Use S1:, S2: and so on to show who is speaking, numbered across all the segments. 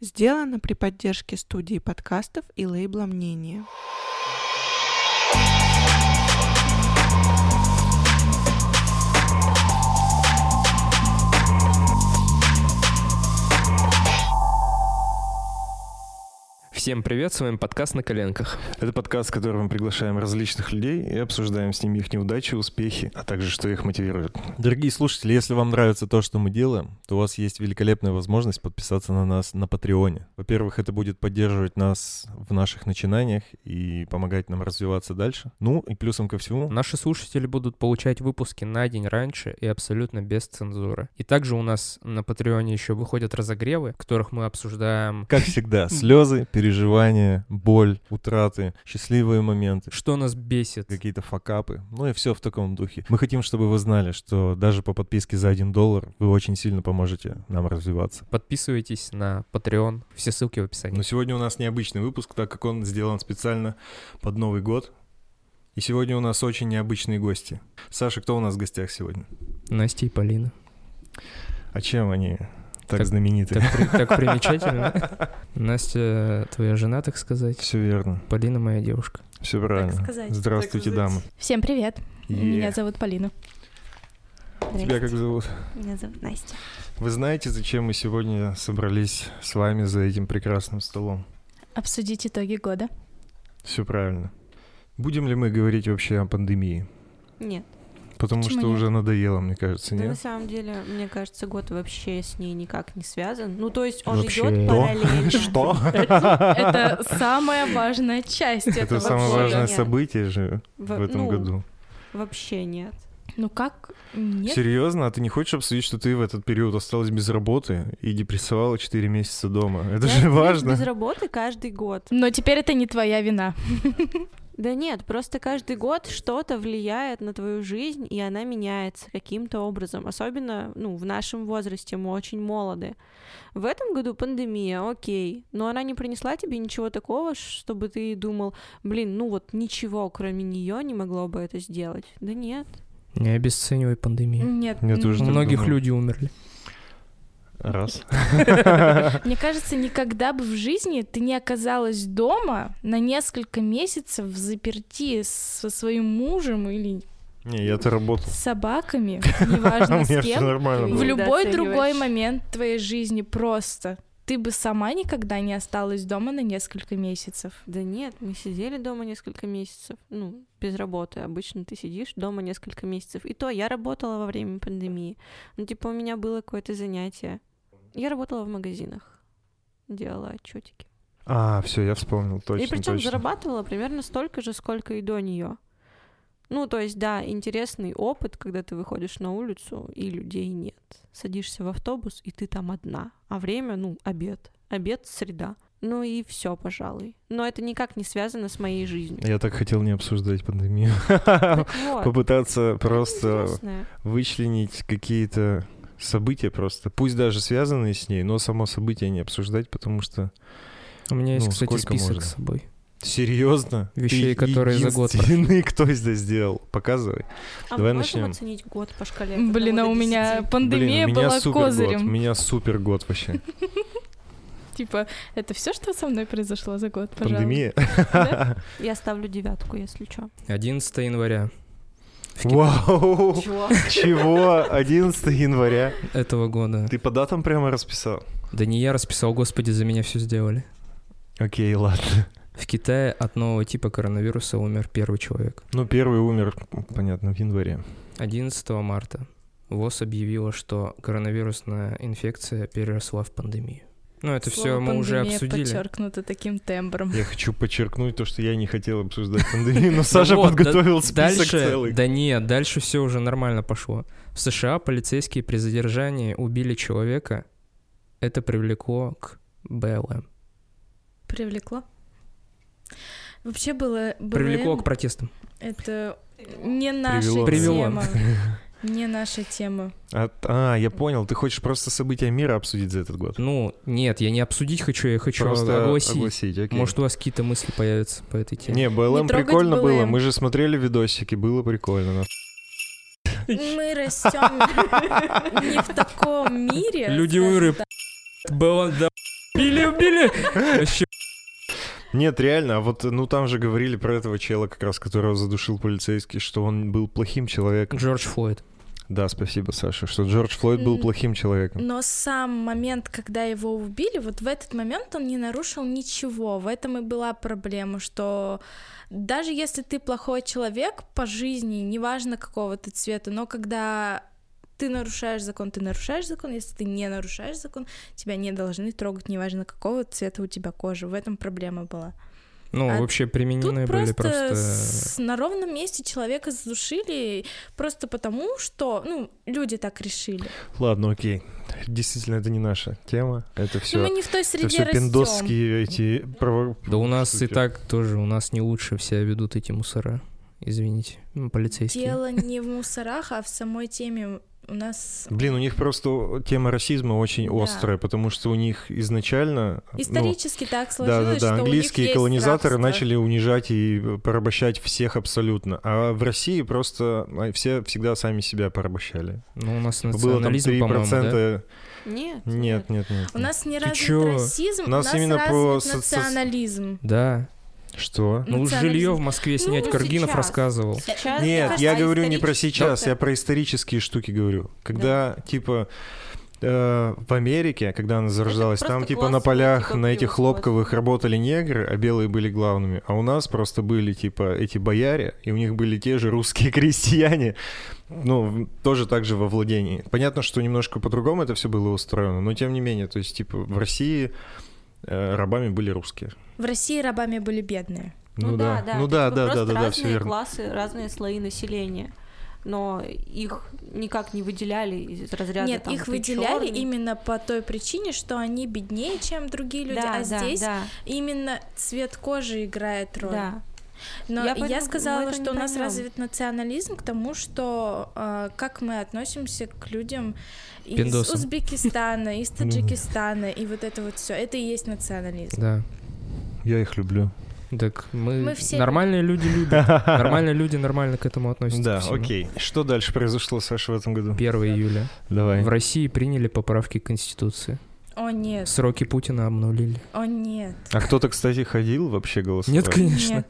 S1: Сделано при поддержке студии подкастов и лейбла «Мнение».
S2: Всем привет, с вами подкаст «На коленках».
S3: Это подкаст, в котором мы приглашаем различных людей и обсуждаем с ними их неудачи, успехи, а также что их мотивирует.
S4: Дорогие слушатели, если вам нравится то, что мы делаем, то у вас есть великолепная возможность подписаться на нас на Патреоне. Во-первых, это будет поддерживать нас в наших начинаниях и помогать нам развиваться дальше. Ну и плюсом ко всему...
S2: Наши слушатели будут получать выпуски на день раньше и абсолютно без цензуры. И также у нас на Патреоне еще выходят разогревы, в которых мы обсуждаем...
S4: Как всегда, слезы, переживания переживания, боль, утраты, счастливые моменты.
S2: Что нас бесит?
S4: Какие-то факапы. Ну и все в таком духе. Мы хотим, чтобы вы знали, что даже по подписке за 1 доллар вы очень сильно поможете нам развиваться.
S2: Подписывайтесь на Patreon. Все ссылки в описании.
S3: Но сегодня у нас необычный выпуск, так как он сделан специально под Новый год. И сегодня у нас очень необычные гости. Саша, кто у нас в гостях сегодня?
S2: Ну, Настя и Полина.
S3: А чем они так, так знаменитый.
S2: Так, при, так примечательно. Настя, твоя жена, так сказать.
S3: Все верно.
S2: Полина моя девушка.
S3: Все правильно.
S5: сказать.
S3: Здравствуйте, дамы.
S5: Всем привет.
S3: Е.
S5: Меня зовут Полина.
S3: Тебя как зовут?
S5: Меня зовут Настя.
S3: Вы знаете, зачем мы сегодня собрались с вами за этим прекрасным столом?
S5: Обсудить итоги года.
S3: Все правильно. Будем ли мы говорить вообще о пандемии?
S6: Нет.
S3: Потому
S5: Почему
S3: что
S5: нет?
S3: уже надоело, мне кажется,
S6: Да, на
S3: нет?
S6: самом деле, мне кажется, год вообще с ней никак не связан. Ну, то есть он
S2: Вообще.
S6: идет
S2: Да.
S6: параллельно.
S3: Что?
S5: Это самая важная часть
S3: Это
S5: этого
S3: самое
S6: вообще
S3: важное
S6: нет.
S3: событие же
S6: Во-
S3: в этом
S6: ну,
S3: году.
S6: Вообще нет.
S5: Ну как? Нет.
S3: Серьезно, а ты не хочешь обсудить, что ты в этот период осталась без работы и депрессовала 4 месяца дома? Это
S6: Я
S3: же
S6: остаюсь
S3: важно.
S6: Без работы каждый год.
S5: Но теперь это не твоя вина.
S6: Да нет, просто каждый год что-то влияет на твою жизнь, и она меняется каким-то образом. Особенно, ну, в нашем возрасте мы очень молоды. В этом году пандемия, окей, но она не принесла тебе ничего такого, чтобы ты думал, блин, ну вот ничего, кроме нее, не могло бы это сделать. Да нет.
S2: Не обесценивай пандемию.
S5: Нет.
S3: Я тоже так
S2: Многих
S3: думаю.
S2: людей умерли.
S3: Раз.
S5: Мне кажется, никогда бы в жизни ты не оказалась дома на несколько месяцев в заперти со своим мужем или
S3: Не, я-то работал.
S5: с собаками, неважно
S3: У
S5: с
S3: меня все
S5: кем.
S3: нормально
S5: В
S3: было.
S5: любой
S6: Недооцениваешь.
S5: другой момент твоей жизни просто. Ты бы сама никогда не осталась дома на несколько месяцев.
S6: Да нет, мы сидели дома несколько месяцев, ну, без работы. Обычно ты сидишь дома несколько месяцев. И то я работала во время пандемии. Ну, типа, у меня было какое-то занятие. Я работала в магазинах, делала отчетики.
S3: А, все, я вспомнил, точно,
S6: и причем
S3: точно.
S6: зарабатывала примерно столько же, сколько и до нее. Ну, то есть, да, интересный опыт, когда ты выходишь на улицу, и людей нет. Садишься в автобус, и ты там одна. А время, ну, обед. Обед — среда. Ну и все, пожалуй. Но это никак не связано с моей жизнью.
S3: Я так хотел не обсуждать пандемию.
S6: Так вот.
S3: Попытаться просто
S6: Интересное.
S3: вычленить какие-то события просто, пусть даже связанные с ней, но само событие не обсуждать, потому что
S2: У меня есть,
S3: Ну,
S2: кстати,
S3: сколько
S2: список
S3: можно?
S2: с собой.
S3: серьезно,
S2: Вещей, которые за год прошли.
S3: единственный, кто здесь сделал. Показывай.
S6: А
S3: Давай
S6: мы можем
S3: начнем.
S6: оценить год по шкале? от
S5: Блин, а
S6: одного
S5: у
S6: до
S5: меня
S6: десяти?
S5: пандемия
S3: Блин, у меня
S5: была
S3: супер год, у
S5: козырем.
S3: меня супер год вообще.
S5: Типа, это все, что со мной произошло за год, пожалуйста.
S3: Пандемия.
S6: Я ставлю девятку, если что.
S2: 11 января
S3: Вау!
S6: Чего?
S3: Чего? 11 января.
S2: этого года.
S3: Ты по датам прямо расписал?
S2: Да не я расписал, господи, за меня все сделали.
S3: Окей, ладно.
S2: В Китае от нового типа коронавируса умер первый человек.
S3: Ну, первый умер, понятно, в январе.
S2: 11 марта ВОЗ объявила, что коронавирусная инфекция переросла в пандемию. Ну, это все
S5: Слово
S2: мы уже
S5: «пандемия»
S2: обсудили.
S5: подчеркнуто таким тембром.
S3: Я хочу подчеркнуть то, что я не хотел обсуждать пандемию, но Саша
S2: Ну вот,
S3: подготовил
S2: да-
S3: список
S2: дальше,
S3: целый.
S2: Да нет, дальше все уже нормально пошло. В США полицейские при задержании убили человека. Это привлекло к БЛМ.
S5: Привлекло. Вообще было... было
S2: Привлекло к протестам.
S5: Это не наша
S3: Привело.
S2: Привело.
S5: тема. Не наша тема.
S3: А, а, я понял, ты хочешь просто события мира обсудить за этот год.
S2: Ну, нет, я не обсудить хочу, я хочу
S3: просто
S2: огласить.
S3: окей.
S2: Может, у вас какие-то мысли появятся по этой теме?
S3: Не, БЛМ
S5: Не трогать
S3: прикольно было,
S5: BLM.
S3: мы же смотрели видосики, было прикольно.
S5: Мы растем не в таком мире.
S2: Люди
S5: скажем
S2: умерли.
S5: так.
S2: БЛМ, да, Били, убили! Вообще,
S3: Нет, реально, а вот, ну, там же говорили про этого чела, как раз, которого задушил полицейский, что он был плохим человеком.
S2: Джордж Флойд.
S3: Да, спасибо, Саша, что Джордж Флойд был
S5: М.
S3: плохим
S2: Типа.
S3: человеком.
S5: Но сам момент, когда его убили, вот в этот момент он не нарушил ничего. В этом и была проблема, что даже если ты плохой человек по жизни, неважно какого ты цвета, но когда ты нарушаешь закон, ты нарушаешь закон, если ты не нарушаешь закон, тебя не должны трогать, неважно какого цвета у тебя кожа. В этом проблема была.
S2: Ну,
S5: А
S2: вообще
S5: Тут
S2: применены были
S5: просто,
S2: просто... э,
S5: с- на ровном месте человека задушили просто потому, что ну, люди так решили.
S3: Ладно, окей. Действительно, это не наша тема. Это
S5: Ну, мы
S3: все.
S5: не в той
S3: Это
S5: среде
S3: все
S5: растем.
S3: пиндосские эти право-
S2: Да у нас и
S3: штуки.
S2: так тоже, у нас не лучше себя ведут эти мусора. Извините, м, полицейские.
S5: Дело не в мусорах, а в самой теме у нас
S3: Блин, у них просто тема расизма очень острая, потому что у них изначально... ну,
S5: исторически так
S3: Да,
S5: сложилось,
S3: да, да.
S5: что
S3: Английские
S5: у них
S3: колонизаторы
S5: есть рабство.
S3: начали унижать и порабощать всех абсолютно. А в России просто а, все всегда сами себя порабощали.
S2: Ну, у нас
S3: А Было там
S2: национализм,
S3: 3%.
S2: по-моему, да?
S6: Нет.
S3: Нет, нет, нет.
S5: У нас не
S2: Ты
S5: развит
S2: чё?
S5: расизм,
S3: У нас именно
S5: развит
S3: про соци-
S5: национализм.
S2: Да.
S3: Что?
S2: Ну,
S5: Национализм.
S2: жилье в Москве снять
S6: Ну,
S2: Каргинов
S6: сейчас.
S2: рассказывал.
S6: Сейчас, А мне
S3: Нет,
S6: кажется,
S3: я говорю не про
S6: исторически
S3: сейчас,
S6: это-
S3: я про исторические штуки говорю. Когда, типа, э, в Америке, когда она зарождалась,
S6: просто
S3: там, типа, на
S6: классовое,
S3: полях,
S6: типа,
S3: на этих
S6: превосходство.
S3: хлопковых работали негры, а белые были главными. А у нас просто были, типа, эти бояре, и у них были те же русские крестьяне, ну, в- тоже так же во владении. Понятно, что немножко по-другому это все было устроено, но тем не менее, то есть, типа, в России э, рабами были русские.
S5: В России рабами были бедные.
S6: Ну, да, да.
S3: ну да,
S6: это типа
S3: да, да,
S6: просто
S3: да, да, все
S6: разные
S3: верно.
S6: классы, разные слои населения. Но их никак не выделяли из разряда
S5: Нет,
S6: там,
S5: их
S6: «ты
S5: выделяли
S6: чёрный».
S5: именно по той причине, что они беднее, чем другие люди,
S6: Да, да,
S5: а здесь
S6: да,
S5: именно цвет кожи играет роль.
S6: да.
S5: Но
S6: Я
S5: я,
S6: поэтому- мы
S5: сказала,
S6: это
S5: что
S6: не
S5: у нас
S6: поймём.
S5: развит национализм к тому, что э, как мы относимся к людям из
S2: Пиндосам.
S5: Узбекистана, из Таджикистана и вот это вот все. Это и есть национализм.
S2: Да.
S3: Я их люблю.
S2: Так мы,
S5: Мы все
S2: нормальные люди любят. Нормальные люди нормально к этому относятся.
S3: Да,
S2: ко всему.
S3: окей. Что дальше произошло, Саша, в этом году?
S2: 1 июля.
S3: Давай.
S2: В России приняли поправки к Конституции.
S5: О нет,
S2: Сроки Путина обнулили.
S5: о нет,
S3: А кто-то, кстати, ходил вообще голосовать?
S2: Нет, конечно.
S5: нет.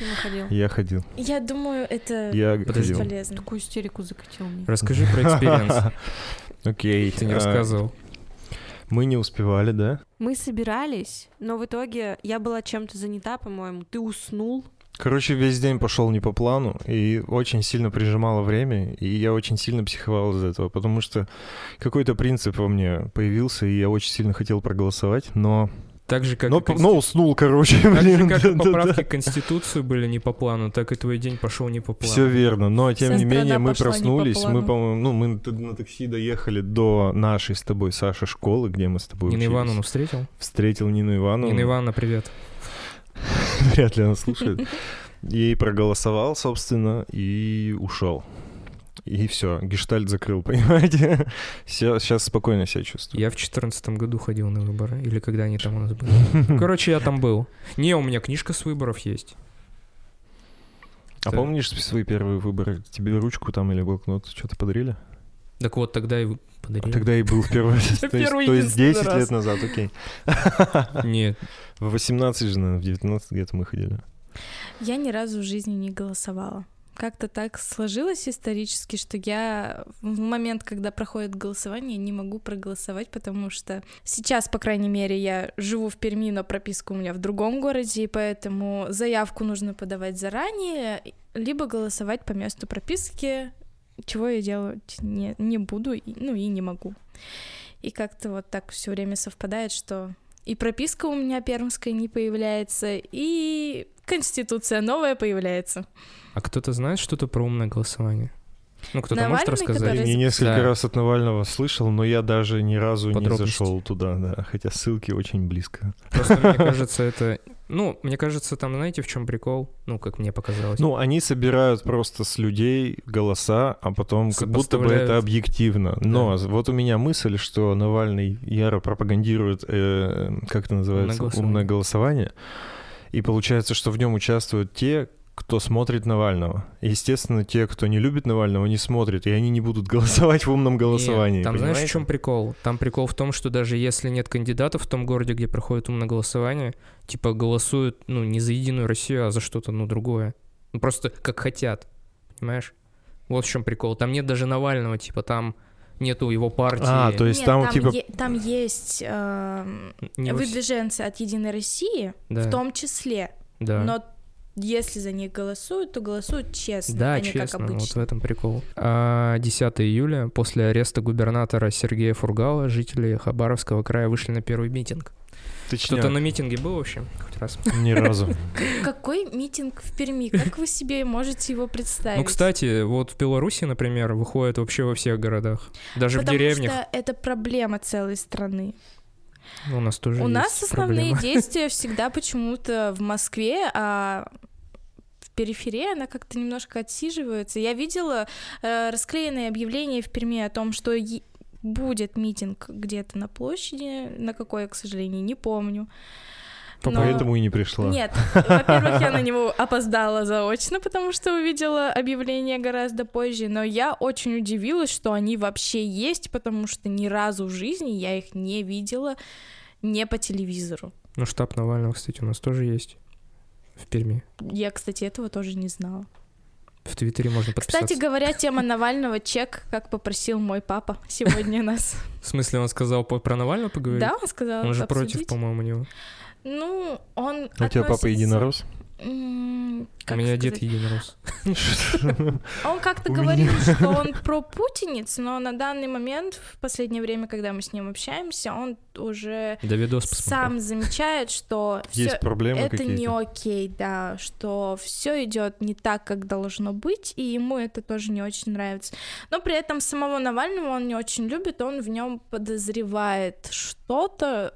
S6: Ты выходил.
S3: Я ходил.
S5: Я думаю, это
S3: Я
S2: Подожди.
S3: ходил.
S5: бесполезно.
S6: Такую истерику закатил мне.
S2: Расскажи про экспириенс.
S3: Окей.
S2: Ты не
S3: а,
S2: рассказывал.
S3: Мы не успевали, да?
S6: Мы собирались, но в итоге я была чем-то занята, по-моему. Ты уснул.
S3: Короче, весь день пошел не по плану, и очень сильно прижимало время, и я очень сильно психовал из-за этого, потому что какой-то принцип во мне появился, и я очень сильно хотел проголосовать, но...
S2: Так же, как
S3: но,
S2: и
S3: Ну, по-
S2: Конститу-
S3: но уснул, короче,
S2: Так же,
S3: блин.
S2: как и поправки к Конституции были не по плану, так и твой день пошел не по плану.
S3: Все верно, но тем
S5: Вся
S3: не
S5: страна
S3: менее мы
S5: пошла не по
S3: проснулись, мы,
S5: плану.
S3: по-моему, ну, мы т- на такси доехали до нашей с тобой, Саша, школы, где мы с тобой
S2: Нина
S3: учились. Ну.
S2: Ивановну встретил?
S3: Встретил Нину Ивановну.
S2: Нина Ивановна, привет.
S3: Вряд ли она слушает. И проголосовал, собственно, и ушел. И все, гештальт закрыл, понимаете? Все, сейчас спокойно себя чувствую.
S2: Я в четырнадцатом году ходил на выборы, или когда они там у нас были. Короче, я там был. Не, у меня книжка с выборов есть.
S3: А
S2: Да.
S3: помнишь свои первые выборы? Тебе ручку там или блокнот что-то подарили?
S2: Так вот, тогда и вы-
S3: А
S2: подарили.
S3: Тогда и был в первый раз. То есть-
S2: Первый
S3: то есть
S2: единственный
S3: 10
S2: раз.
S3: лет назад, окей.
S2: Нет,
S3: В 18 же, наверное, в 19 где-то мы ходили.
S5: Я ни разу в жизни не голосовала. Как-то так сложилось исторически, что я в момент, когда проходит голосование, не могу проголосовать, потому что сейчас, по крайней мере, я живу в Перми, но прописка у меня в другом городе, и поэтому заявку нужно подавать заранее, либо голосовать по месту прописки, чего я делать не, не буду, и- ну и не могу. И как-то вот так все время совпадает, что и прописка у меня пермская не появляется, и конституция новая появляется.
S2: А кто-то знает что-то про умное голосование? Ну, кто-то может
S5: Навальный,
S2: рассказать?
S5: который-
S3: Я
S5: Раз-
S3: не несколько
S2: Да.
S3: раз от Навального слышал, но я даже ни разу не
S2: Подробности.
S3: зашел туда, да. Хотя ссылки очень близко.
S2: Просто мне кажется, это... Ну, мне кажется, там, знаете, в чем прикол? Ну, как мне показалось.
S3: Ну, они собирают просто с людей голоса, а потом как будто бы
S2: Сопоставляют.
S3: это объективно. Но вот у меня мысль, что Навальный яро пропагандирует, э, как это называется,
S2: Умное голосование.
S3: умное голосование. И получается, что в нем участвуют те, кто смотрит Навального. Естественно, те, кто не любит Навального, не смотрят, и они не будут голосовать в умном голосовании.
S2: Нет, там знаешь, в
S3: понимаете?
S2: чем прикол? Там прикол в том, что даже если нет кандидатов в том городе, где проходит умное голосование, типа голосуют, ну, не за единую Россию, а за что-то, ну, другое. Ну, просто как хотят, понимаешь? Вот в чем прикол. Там нет даже Навального, типа там нету его партии.
S3: А, то есть
S5: Нет,
S3: там, типа...
S5: е- там есть эм,
S2: не Россия.
S5: выдвиженцы от Единой России,
S2: Да,
S5: в том числе,
S2: да.
S5: но если за них голосуют, то голосуют честно,
S2: Да,
S5: а не
S2: честно,
S5: как
S2: вот в
S5: обычно.
S2: этом прикол. А 10 июля после ареста губернатора Сергея Фургала жители Хабаровского края вышли на первый митинг. Кто-то на митинге был вообще? Хоть раз.
S3: Ни разу.
S5: Какой митинг в Перми? Как вы себе можете его представить?
S2: Ну, кстати, вот в Беларуси, например, выходит вообще во всех городах. Даже
S5: Потому
S2: в деревнях
S5: что это проблема целой страны.
S2: Ну, у нас тоже
S5: У
S2: есть
S5: нас основные
S2: проблема.
S5: действия всегда почему-то в Москве, а в периферии она как-то немножко отсиживается. Я видела э, расклеенные объявления в Перми о том, что е- будет митинг где-то на площади, на какой, я, к сожалению, не помню. Но-
S3: Поэтому и не пришла.
S5: Нет, во-первых, я на него опоздала заочно, потому что увидела объявление гораздо позже, но я очень удивилась, что они вообще есть, потому что ни разу в жизни я их не видела не по телевизору.
S2: Ну, штаб Навального, кстати, у нас тоже есть в Перми.
S5: Я, кстати, этого тоже не знала.
S2: В Твиттере можно подписаться.
S5: Кстати говоря, тема Навального чек, как попросил мой папа сегодня нас.
S2: В смысле, он сказал по- про Навального поговорить?
S5: Да, он сказал
S2: Он же против,
S5: обсудить.
S2: по-моему, А него.
S5: Ну, он
S3: У тебя папа
S5: относится-
S3: единорос?
S5: М,
S2: У
S5: как
S2: меня
S5: сказать?
S2: дед единорос.
S5: Он как-то
S3: У меня-
S5: говорил, что он пропутинец, но на данный момент, в последнее время, когда мы с ним общаемся, он уже
S2: Да видос посмотрел.
S5: сам замечает, что
S3: Есть
S5: все
S3: проблемы
S5: это не Ну,
S3: какие-то?
S5: окей, да, что все идет не так, как должно быть, и ему это тоже не очень нравится. Но при этом самого Навального он не очень любит, он в нем подозревает что-то,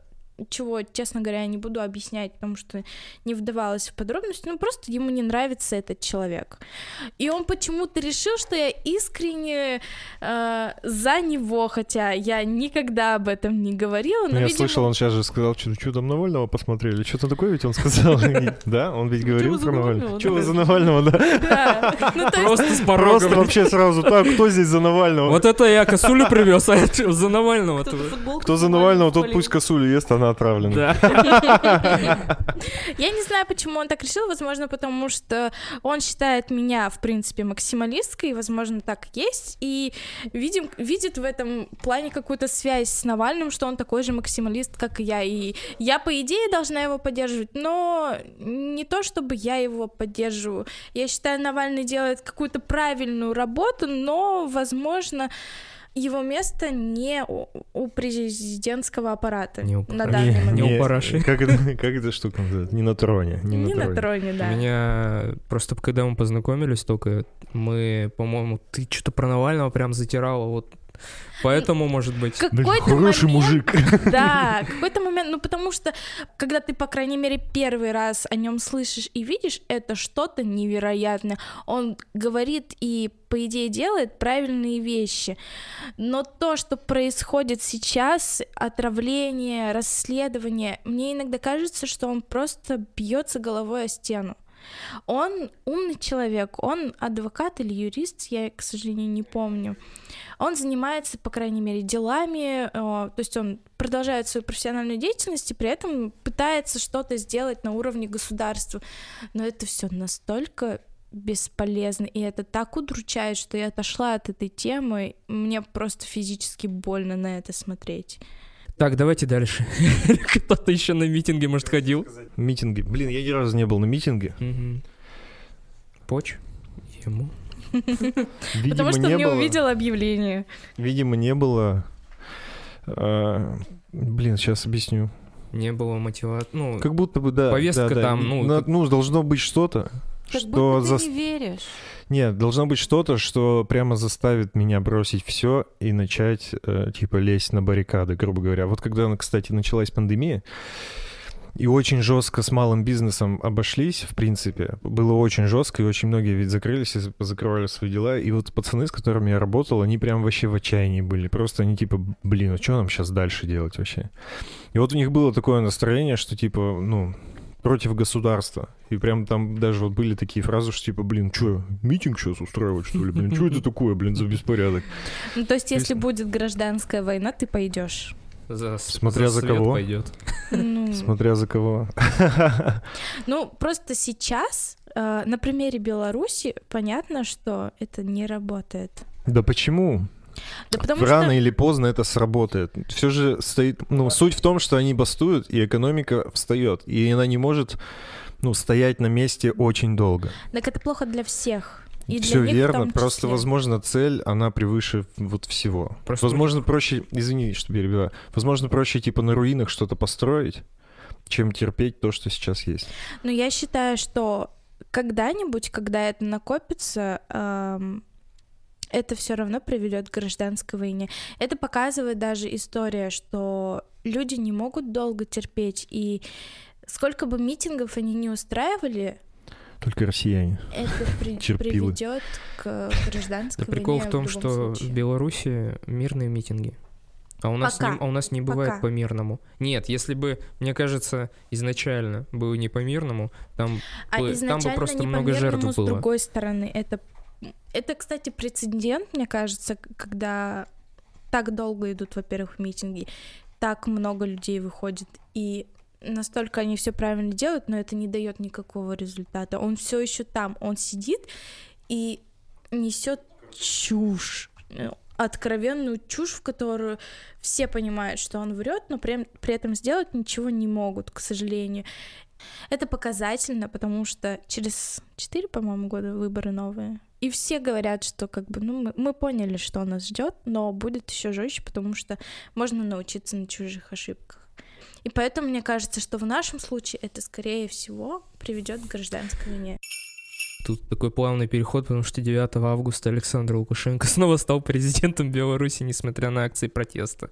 S5: чего, честно говоря, я не буду объяснять, потому что не вдавалась в подробности, ну просто ему не нравится этот человек. И он почему-то решил, что я искренне э, за него, хотя я никогда об этом не говорила, но,
S3: Ну, Я
S5: видимо,
S3: слышал, он сейчас же сказал, что что там Навального посмотрели, что-то такое ведь он сказал. Да, он ведь говорил
S6: за
S3: про Навального.
S6: Навального,
S3: Чего вы
S6: да.
S3: за Навального, да?
S5: да. Ну, то есть
S2: Просто с
S3: Просто
S2: порогом.
S3: вообще сразу так, кто здесь за Навального?
S2: Вот это я косулю привез, а это за Навального.
S6: Кто-то футболку
S3: Кто за
S6: с
S3: Навального, тот
S6: спалил.
S3: пусть косулю ест, она отравлена.
S2: Да.
S5: Я не знаю, почему он так решил, возможно, потому что он считает меня, в принципе, максималисткой, и, возможно, так и есть, и видим, видит в этом плане какую-то связь с Навальным, что он такой же максималист, как и я, и я, по идее, должна его поддерживать, но не то, чтобы я его поддерживаю. Я считаю, Навальный делает какую-то правильную работу, но, возможно, его место не у, у президентского аппарата
S2: Не у
S5: на
S2: пар-
S5: данный
S2: не-
S5: момент.
S2: не у параши.
S3: Как это- как эта штука называется? Не на троне.
S5: Не на троне, да.
S2: Меня просто когда мы познакомились только, мы, по-моему, ты что-то про Навального прям затирала, вот поэтому, может быть...
S5: Какой-то
S3: Блин, хороший
S5: момент,
S3: мужик.
S5: Да, какой-то момент, ну потому что, когда ты, по крайней мере, первый раз о нем слышишь и видишь, это что-то невероятное. Он говорит и, по идее, делает правильные вещи. Но то, что происходит сейчас, отравление, расследование, мне иногда кажется, что он просто бьется головой о стену. Он умный человек, он адвокат или юрист, я, к сожалению, не помню. Он занимается, по крайней мере, делами, э, то есть он продолжает свою профессиональную деятельность и при этом пытается что-то сделать на уровне государства. Но это все настолько бесполезно, и это так удручает, что я отошла от этой темы, мне просто физически больно на это смотреть.
S2: Так, давайте дальше. Кто-то еще на митинге, может, ходил?
S3: Митинги. Блин, я ни разу не был на митинге.
S2: Мгм. Поч? Ему?
S3: Видимо,
S5: Потому что не,
S3: было.
S5: увидела объявление.
S3: Видимо, не было. а, Блин, сейчас объясню.
S2: Не было мотивации. Ну,
S3: Как будто бы, да.
S2: Повестка
S3: да, да.
S2: там, ну,
S3: На-
S2: как-
S3: ну, должно быть что-то.
S6: Как
S3: Что
S6: будто
S3: за...
S6: ты не веришь.
S3: Нет, должно быть что-то, что прямо заставит меня бросить все и начать, э, типа, лезть на баррикады, грубо говоря. Вот когда, ну, кстати, началась пандемия, и очень жестко с малым бизнесом обошлись, в принципе. Было очень жестко, и очень многие ведь закрылись и закрывали свои дела. И вот пацаны, с которыми я работал, они прям вообще в отчаянии были. Просто они типа, блин, а что нам сейчас дальше делать вообще? И вот у них было такое настроение, что типа, ну, против государства. И прям там даже вот были такие фразы, что типа, блин, что, митинг сейчас устраивать, что ли? Блин, что это такое, блин, за беспорядок?
S5: Ну, то есть, если
S3: Отлично.
S5: будет гражданская война, ты пойдешь.
S2: За,
S3: Смотря за
S2: свет
S3: кого.
S2: пойдет.
S5: Ну,
S3: Смотря за кого.
S5: ну, просто сейчас э, на примере Беларуси понятно, что это не работает.
S3: Да почему?
S5: Да потому
S3: Рано
S5: что
S3: или поздно это сработает. Все же стоит... Ну, суть в том, что они бастуют, и экономика встает. И она не может, ну, стоять на месте очень долго.
S5: так это плохо для всех. И
S3: Все
S5: для них в
S3: верно,
S5: том
S3: просто,
S5: числе.
S3: возможно, цель, она превыше вот всего.
S2: Просто-
S3: возможно, проще, извини, что перебиваю, возможно, проще, типа, на руинах что-то построить, чем терпеть то, что сейчас есть.
S5: Но я считаю, что когда-нибудь, когда это накопится, эм, это все равно приведет к гражданской войне. Это показывает даже история, что люди не могут долго терпеть, и сколько бы митингов они не устраивали,
S3: Только россияне.
S5: это при-
S3: Терпилы.
S5: приведет к гражданской
S2: Да
S5: войне.
S2: прикол в том,
S5: любом
S2: что в
S5: случае.
S2: Беларуси мирные митинги. А у нас,
S5: Пока.
S2: не, а у нас не бывает
S5: Пока.
S2: по-мирному. Нет, если бы, мне кажется, изначально было не по-мирному, там бы-
S5: А
S2: там бы
S5: изначально
S2: просто
S5: не
S2: много
S5: по-мирному,
S2: жертв
S5: с
S2: было.
S5: другой стороны, это... Это, кстати, прецедент, мне кажется, к- когда так долго идут, во-первых, митинги, так много людей выходит, и настолько они все правильно делают, но это не дает никакого результата. Он все еще там, он сидит и несет чушь, э, откровенную чушь, в которую все понимают, что он врет, но при, при этом сделать ничего не могут, к сожалению. Это показательно, потому что через 4, по-моему, года выборы новые. И все говорят, что как бы, ну, мы, мы поняли, что нас ждет, но будет еще жестче, потому что можно научиться на чужих ошибках. И поэтому мне кажется, что в нашем случае это, скорее всего, приведет к гражданской войне.
S2: Тут такой плавный переход, потому что 9 августа Александр Лукашенко снова стал президентом Беларуси, несмотря на акции протеста.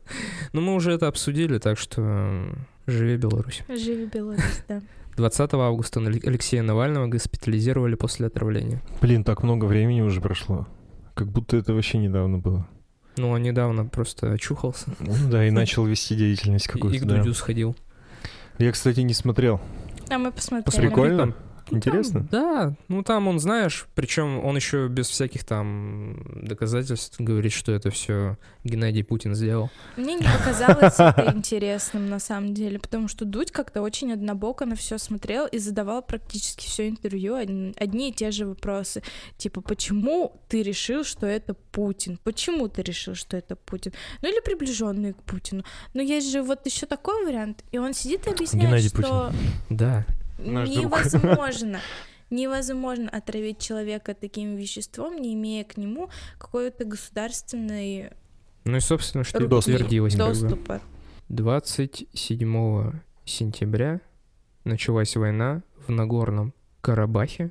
S2: Но мы уже это обсудили, так что э, живи Беларусь.
S5: Живи Беларусь, да.
S2: 20 августа Нале- Алексея Навального госпитализировали после отравления.
S3: Блин, так много времени уже прошло. Как будто это вообще недавно было.
S2: Ну, он недавно просто очухался
S3: Ну Да, и начал вести деятельность
S2: и, и к
S3: какую-то. да.
S2: Дудю сходил.
S3: Я, кстати, не смотрел.
S5: А мы посмотрели.
S2: Посмотри,
S3: Прикольно?
S2: там-
S3: Интересно?
S2: Да, ну там он, знаешь, причем он еще без всяких там доказательств говорит, что это все Геннадий Путин сделал.
S5: Мне не показалось это интересным на самом деле, потому что Дудь как-то очень однобоко на все смотрел и задавал практически все интервью од- одни и те же вопросы. Типа, почему ты решил, что это Путин? Почему ты решил, что это Путин? Ну или приближенные к Путину. Но есть же вот еще такой вариант, и он сидит и объясняет,
S3: Геннадий
S5: что
S2: Да.
S3: Наш друг.
S5: невозможно. Невозможно отравить человека таким веществом, не имея к нему какой-то государственной
S2: Ну и, собственно, что и
S5: руки
S2: подтвердилось. как бы.
S5: доступа.
S2: 27 сентября началась война в Нагорном Карабахе.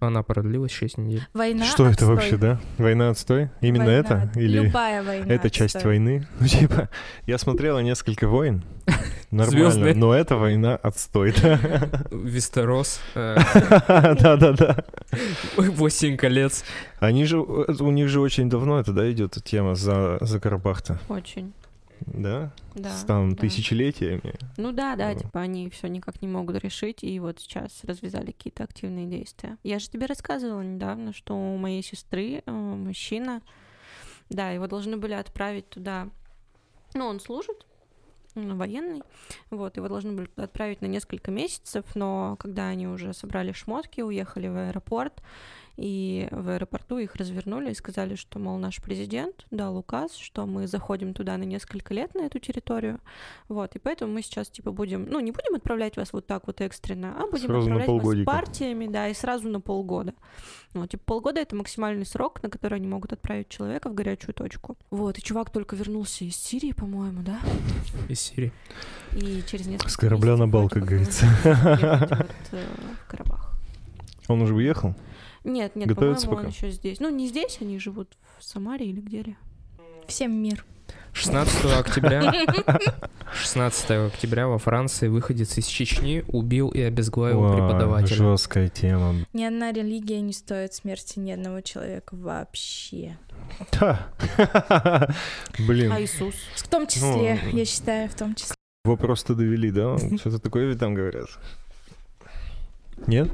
S2: Она продлилась 6 недель.
S5: Война
S3: Что это
S5: отстой.
S3: вообще, да? Война отстой? Именно
S5: Война
S3: это?
S5: от-
S3: Или
S5: Любая война.
S3: это часть
S5: отстой.
S3: войны? Ну, типа, я смотрела несколько войн. Нормально,
S2: Звёздные.
S3: но это война отстой.
S2: Вестерос, э,
S3: Да-да-да.
S2: 8 колец.
S3: Они же, это у них же очень давно это, да, идет тема за, за Карабах-то,
S6: Очень.
S3: да?
S6: Да.
S3: С там
S6: да.
S3: тысячелетиями.
S6: Ну да, да,
S3: Ну.
S6: типа они все никак не могут решить, и вот сейчас развязали какие-то активные действия. Я же тебе рассказывала недавно, что у моей сестры э, мужчина, да, его должны были отправить туда, ну он служит, он военный, вот, его должны были туда отправить на несколько месяцев, но когда они уже собрали шмотки, уехали в аэропорт, и в аэропорту их развернули и сказали, что, мол, наш президент дал указ, что мы заходим туда на несколько лет, на эту территорию, вот, и поэтому мы сейчас, типа, будем, ну, не будем отправлять вас вот так вот экстренно, а будем
S3: Сразу на
S6: отправлять вас
S3: полгодика.
S6: партиями, да, и сразу на полгода. Ну, типа, полгода — это максимальный срок, на который они могут отправить человека в горячую точку. Вот, и чувак только вернулся из Сирии, по-моему, да?
S2: Из Сирии.
S6: И через несколько
S3: С корабля на
S6: месяцев
S3: бал,
S6: вроде
S3: как
S6: бы
S3: говорится.
S6: ехать вот, э, в Карабах.
S3: Он уже уехал?
S6: Нет, нет,
S3: Готовятся
S6: по-моему, он
S3: пока?
S6: еще здесь. Ну, не здесь, они живут в Самаре или где ли.
S5: Всем мир.
S2: 16 октября, 16 октября во Франции выходец из Чечни убил и обезглавил
S3: Ой,
S2: преподавателя.
S3: Жесткая тема.
S5: Ни одна религия не стоит смерти ни одного человека вообще.
S3: Да. Блин.
S6: А Иисус?
S5: В том числе,
S3: Ну,
S5: я считаю, в том числе.
S3: Его просто довели, да? Что-то такое ведь там говорят. Нет?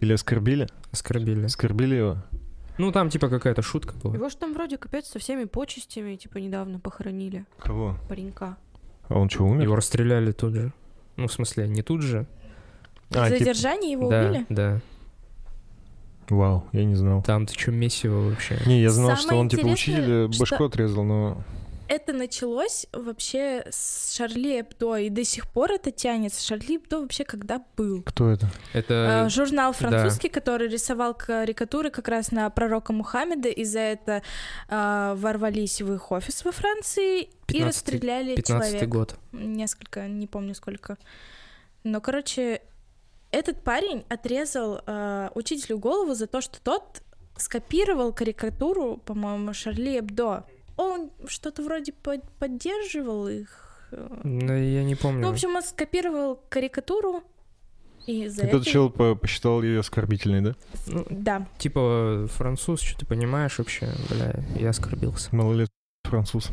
S3: Или оскорбили?
S2: Оскорбили.
S3: Оскорбили его?
S2: Ну, там типа какая-то шутка была.
S6: Его ж там вроде капец со всеми почестями, типа, недавно похоронили
S3: Кого?
S6: паренька.
S3: А он что, умер?
S2: Его расстреляли тут же. Ну, в смысле, не тут же.
S3: А, тип-
S5: Задержание его
S2: да,
S5: убили?
S2: да.
S3: Вау, я не знал.
S2: Там ты что, месиво вообще?
S3: Не, я знал,
S5: Самое
S3: что он типа
S5: интересное,
S3: учителя
S5: что-
S3: башку отрезал, но...
S5: Это началось вообще с Шарли Эбдо, и до сих пор это тянется. Шарли Эбдо вообще когда был?
S3: Кто это?
S2: Это
S5: Э, Журнал французский, который рисовал карикатуры как раз на пророка Мухаммеда, и за это э, ворвались в их офис во Франции и
S2: 15-й
S5: расстреляли
S2: 15-й
S5: человека.
S2: год.
S5: несколько, не помню сколько. Но, короче, этот парень отрезал э, учителю голову за то, что тот скопировал карикатуру, по-моему, Шарли Эбдо. Он что-то вроде под- поддерживал их. э.
S2: Да, я не помню.
S5: Ну, в общем, он скопировал карикатуру и за
S3: Этот
S5: это-
S3: чел по- посчитал ее оскорбительной, да?
S2: Ну,
S5: Да.
S2: типа, француз, что ты понимаешь вообще? Бля, я оскорбился.
S3: Малолет француз.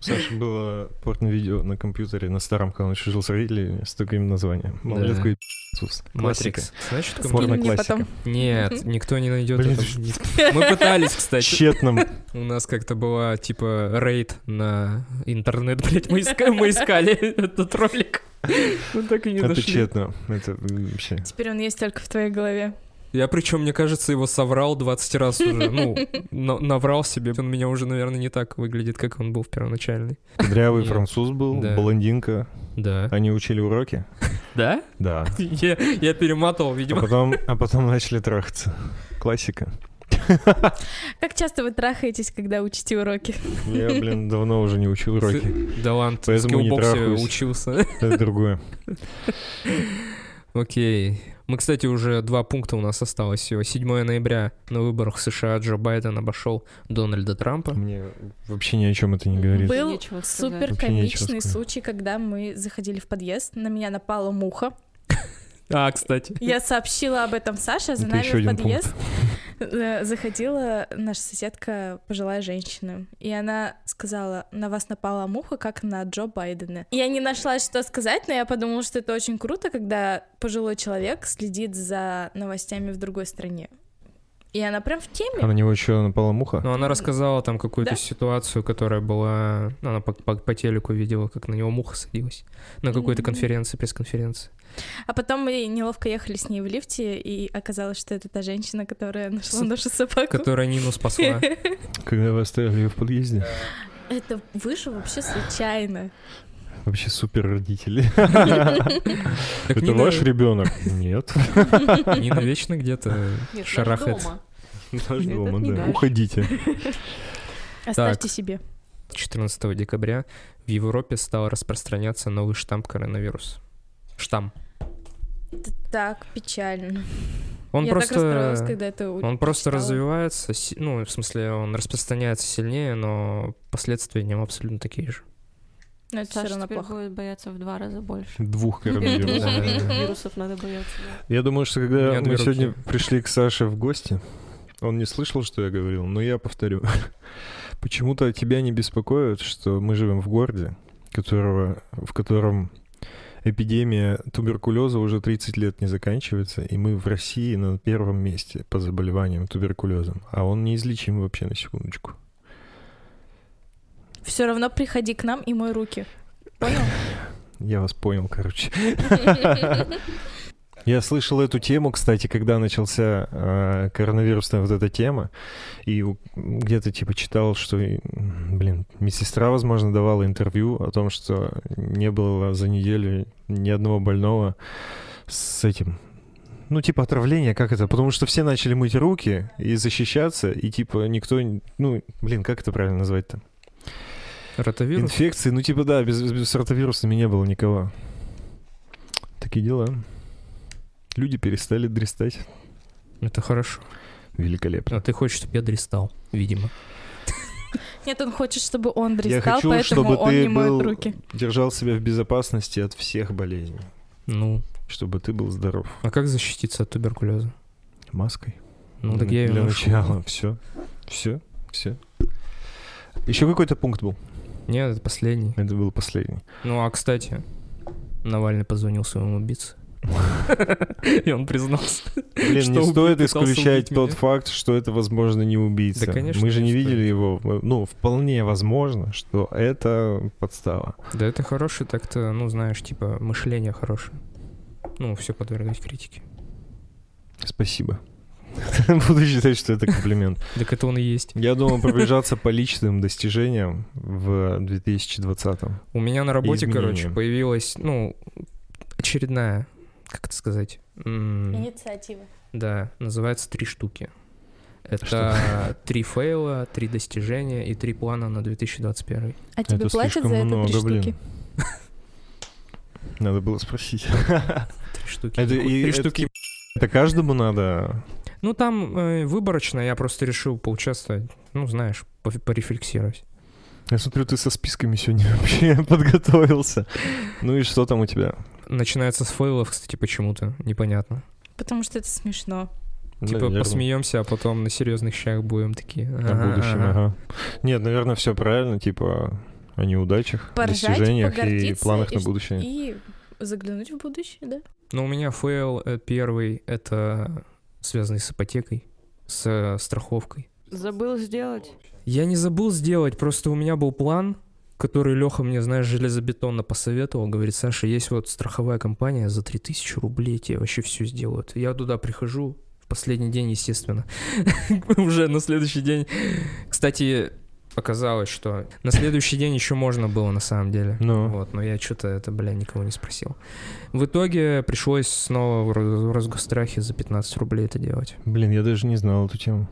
S3: Саша было порно-видео на компьютере на старом, когда он еще жил с родителями, с таким названием. Малолетка и француз. Классика.
S2: Матрикс. Знаешь, что такое
S5: Скинь
S3: Порно
S5: мне
S3: классика.
S5: потом.
S2: Нет, никто не найдет
S3: Блин,
S2: это.
S3: ты
S2: Ни- Мы пытались, кстати.
S3: Тщетным.
S2: У нас как-то была, типа, рейд на интернет, блядь, мы, иска- мы искали этот ролик. Мы так и не
S3: Это
S2: нашли.
S3: тщетно. Это вообще...
S5: Теперь он есть только в твоей голове.
S2: Я причем, мне кажется, его соврал 20 раз уже. Ну, на- наврал себе. Он меня уже, наверное, не так выглядит, как он был в первоначальный.
S3: Кудрявый
S2: Нет.
S3: француз был,
S2: Да.
S3: блондинка.
S2: Да.
S3: Они учили уроки.
S2: Да?
S3: Да.
S2: Я, я перемотал,
S3: А
S2: видимо.
S3: потом, а потом начали трахаться. Классика.
S5: Как часто вы трахаетесь, когда учите уроки?
S3: Я, блин, давно уже не учил уроки.
S2: Да ладно, ты в
S3: Поэтому не
S2: скиллбоксе
S3: трахаюсь.
S2: учился.
S3: Это другое.
S2: Окей. Мы, кстати, уже два пункта у нас осталось всего. 7 ноября на выборах в США Джо Байден обошел Дональда Трампа.
S3: Мне вообще ни о чем это не говорит.
S5: Был
S6: Нечего сказать.
S5: Супер
S3: Вообще нечего
S5: комичный
S3: сказать.
S5: случай, когда мы заходили в подъезд, на меня напала муха.
S2: А, кстати.
S5: Я сообщила об этом Саше, а за
S3: Это
S5: нами
S3: еще
S5: в
S3: один
S5: подъезд э, заходила наша соседка, пожилая женщина. И она сказала, на вас напала муха, как на Джо Байдена. Я не нашла, что сказать, но я подумала, что это очень круто, когда пожилой человек следит за новостями в другой стране. И она прям в теме.
S3: А на него еще напала муха?
S2: Но Ну, она рассказала там какую-то
S5: Да?
S2: ситуацию, которая была... Она по, по- по телеку видела, как на него муха садилась. На какой-то
S5: Мгм.
S2: конференции, пресс-конференции.
S5: А потом мы неловко ехали с ней в лифте, и оказалось, что это та женщина, которая нашла нашу собаку.
S2: Которая Нину спасла.
S3: Когда вы оставили ее в подъезде?
S5: Это вышло вообще случайно.
S3: Вообще супер родители.
S2: Так
S3: Это
S2: Нина-
S3: ваш ребенок? Нет.
S2: Нина вечно где-то
S6: Нет, наш
S2: шарахает.
S6: дома.
S3: Наш
S6: Этот
S3: дома,
S6: не
S3: да.
S6: наш.
S3: Уходите.
S5: Оставьте себе.
S2: 14 декабря в Европе стал распространяться новый штамм коронавируса. Штамм.
S5: Это так печально.
S2: Он
S5: Я
S2: просто...
S5: так расстроилась, когда это у-
S2: Он просто
S5: читала.
S2: развивается, си- ну, в смысле, он распространяется сильнее, но последствия у него абсолютно такие же.
S5: Но ну, это все
S6: Саша
S5: равно
S6: теперь
S5: плохо.
S6: будет бояться в два раза больше.
S3: Двух коронавирусов.
S2: Да.
S6: Вирусов надо бояться. да.
S3: Я думаю, что
S2: У
S3: когда
S2: меня
S3: мы
S2: две руки.
S3: сегодня пришли к Саше в гости, он не слышал, что я говорил, но я повторю. Почему-то тебя не беспокоит, что мы живем в городе, которого, в котором эпидемия туберкулеза уже 30 лет не заканчивается, и мы в России на первом месте по заболеваниям туберкулезом, а он неизлечим вообще на секундочку.
S5: Все равно приходи к нам и мой руки. Понял?
S3: Я вас понял, короче. Я слышал эту тему, кстати, когда начался э, коронавирусная вот эта тема, и у- где-то типа читал, что, и, м, блин, медсестра, возможно, давала интервью о том, что не было за неделю ни одного больного с этим. Ну, типа отравление, как это? Потому что все начали мыть руки и защищаться, и типа никто, не- ну, блин, как это правильно назвать-то?
S2: Ротовирус?
S3: Инфекции, ну типа да, без, без- без ротовирусами не было никого. Такие дела. Люди перестали дрестать.
S2: Это хорошо.
S3: Великолепно.
S2: А ты хочешь, чтобы я дристал, видимо.
S5: Нет, он хочет, чтобы он
S3: Я
S5: дристал,
S3: хочу,
S5: поэтому
S3: чтобы
S5: он не
S3: ты
S5: моет
S3: был,
S5: руки.
S3: держал себя в безопасности от всех болезней.
S2: Ну,
S3: Чтобы ты был здоров.
S2: а как защититься от туберкулеза?
S3: Маской.
S2: Ну, так
S3: Для-
S2: я её
S3: Для
S2: ношу.
S3: начала. Все. Все. Все. Еще какой-то пункт был.
S2: Нет, это последний.
S3: Это был последний.
S2: Ну, а, кстати, Навальный позвонил своему убийце. И он признался.
S3: Блин,
S2: Что
S3: не
S2: убить,
S3: стоит
S2: пытался
S3: исключать
S2: убить
S3: тот
S2: меня?
S3: факт, что это, возможно, не убийца.
S2: Да, конечно,
S3: Мы же
S2: не
S3: не
S2: стоит.
S3: видели его.
S7: Во- Ну, вполне возможно, что это подстава.
S2: Да это хорошее так-то, ну, знаешь, типа, мышление хорошее. Ну, все подвергать критике.
S7: Спасибо.
S3: Буду считать, что это комплимент.
S2: Так это он и есть.
S3: Я думал
S7: Приближаться по личным достижениям в 2020-м.
S2: У меня на работе,
S7: изменения.
S2: короче, появилась, ну, очередная, как это сказать? М,
S5: Инициатива.
S2: Да, называется «Три штуки».
S3: А
S2: Это три фейла, три достижения и три плана на 2021.
S5: А тебе
S3: Это
S5: платят
S3: слишком
S5: за это
S3: много,
S5: три
S3: блин.
S5: штуки?
S3: Надо было спросить.
S2: Три штуки.
S3: Это и-
S2: Три
S3: это
S2: штуки
S3: Это каждому надо.
S2: Ну, там э, выборочно, я просто решил поучаствовать, ну, знаешь, по- порефлексировать.
S3: Я смотрю, ты со списками сегодня вообще подготовился. Ну и что там у тебя?
S2: Начинается с фейлов, кстати, почему-то, непонятно.
S5: Потому что это смешно.
S2: Типа
S3: Наверное,
S2: посмеемся, а потом на серьезных щах будем такие.
S3: О
S2: «Ага,
S3: будущем,
S2: ага».
S3: ага. Нет, наверное, все правильно, типа о неудачах,
S5: Поржать,
S3: достижениях и
S5: погордиться
S3: планах
S5: и
S3: на
S5: ш-
S3: будущее.
S5: И заглянуть в будущее, да?
S2: Но Ну, у меня фейл э, первый, это связанный с ипотекой, с э, страховкой.
S6: Забыл сделать.
S2: Я не забыл сделать, просто у меня был план, который Леха мне, знаешь, железобетонно посоветовал. Говорит, Саша, есть вот страховая компания за 3000 рублей, тебе вообще все сделают. Я туда прихожу в последний день, естественно. Уже на следующий день. Кстати, оказалось, что на следующий день еще можно было на самом деле.
S3: Ну,
S2: Вот, но я что-то это, бля, никого не спросил. В итоге пришлось снова в Ро- в Росгострахе за 15 рублей это делать.
S3: блин, я даже не знал эту тему.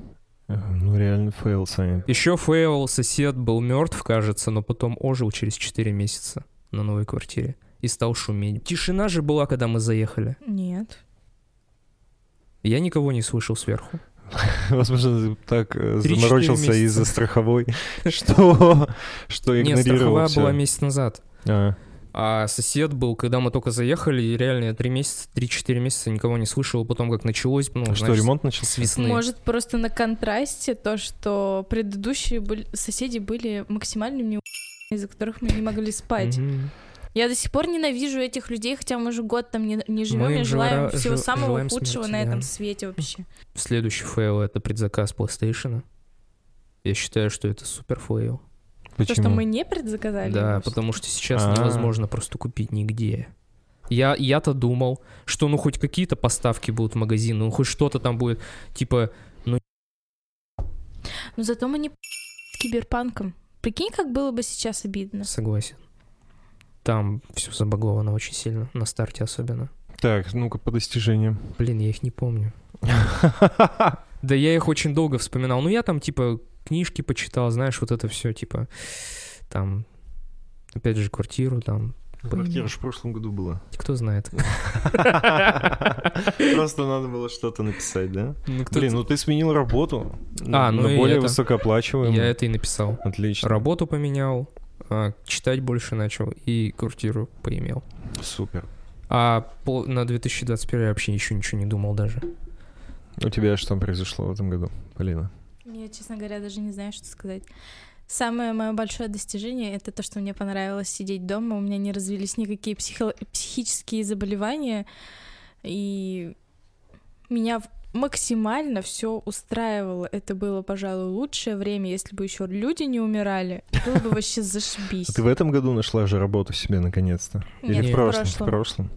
S3: Э, Ну, реально фейл, Саня.
S2: Еще фейл сосед был мертв, кажется, но потом ожил через 4 месяца на новой квартире и стал шуметь. Тишина же была, когда мы заехали.
S5: Нет.
S2: Я никого не слышал сверху.
S3: Возможно, ты так э,
S2: Три-четыре
S3: заморочился
S2: месяца.
S3: из-за страховой, что, что
S2: Нет,
S3: игнорировал
S2: страховая была
S3: всё.
S2: месяц назад.
S3: А,
S2: А сосед был, когда мы только заехали, и реально 3 месяца, 3-4 месяца никого не слышал, и потом как началось, ну,
S3: А Что,
S2: знаешь,
S3: ремонт начался?
S2: с весны.
S5: Может, просто на контрасте то, что предыдущие были, соседи были максимально неу- из-за которых мы не могли спать.
S2: Мгм.
S5: Я до сих пор ненавижу этих людей, хотя мы уже год там не, не живем,
S2: Мы
S5: я
S2: им
S5: желаю
S2: жара-
S5: всего
S2: жел-
S5: самого
S2: желаем
S5: худшего
S2: смерти,
S5: на
S2: да.
S5: этом свете вообще.
S2: Следующий фейл — это предзаказ PlayStation. Я считаю, что это супер фейл.
S5: То, что
S3: Почему?
S5: мы не предзаказали.
S2: Да,
S5: его, что-
S2: потому что сейчас
S3: А.
S2: невозможно просто купить нигде. Я, я-то думал, что ну хоть какие-то поставки будут в магазин, ну хоть что-то там будет, типа,
S5: Но зато мы не с киберпанком. Прикинь, как было бы сейчас обидно.
S2: согласен. Там все забаговано очень сильно, на старте особенно.
S3: Так, ну-ка, по достижениям.
S2: Блин, я их не помню. Да я их очень долго вспоминал. Ну я там, типа, книжки почитал, знаешь, вот это все, типа, там, опять же, квартиру там.
S3: Квартира же в прошлом году была.
S2: Кто знает.
S3: Просто надо было что-то написать, да?
S2: Ну, кто-
S3: Блин, ну ты сменил работу.
S2: А,
S3: на-
S2: ну
S3: на
S2: и
S3: более
S2: это.
S3: высокооплачиваемую.
S2: Я это и написал.
S3: Отлично.
S2: Работу поменял, а, читать больше начал и квартиру поимел.
S3: Супер.
S2: А по- на 2021 я вообще еще ничего не думал даже.
S3: У тебя что произошло в этом году, Полина?
S5: Я, честно говоря, даже не знаю, что сказать. Самое мое большое достижение — это то, что мне понравилось сидеть дома. У меня не развились никакие психо- психические заболевания. И меня в- максимально все устраивало. Это было, пожалуй, лучшее время, если бы еще люди не умирали. Было бы вообще зашибись.
S3: А Ты в этом году нашла же работу себе наконец-то? Или
S5: Нет,
S3: в
S2: в
S3: прошлом? В прошлом.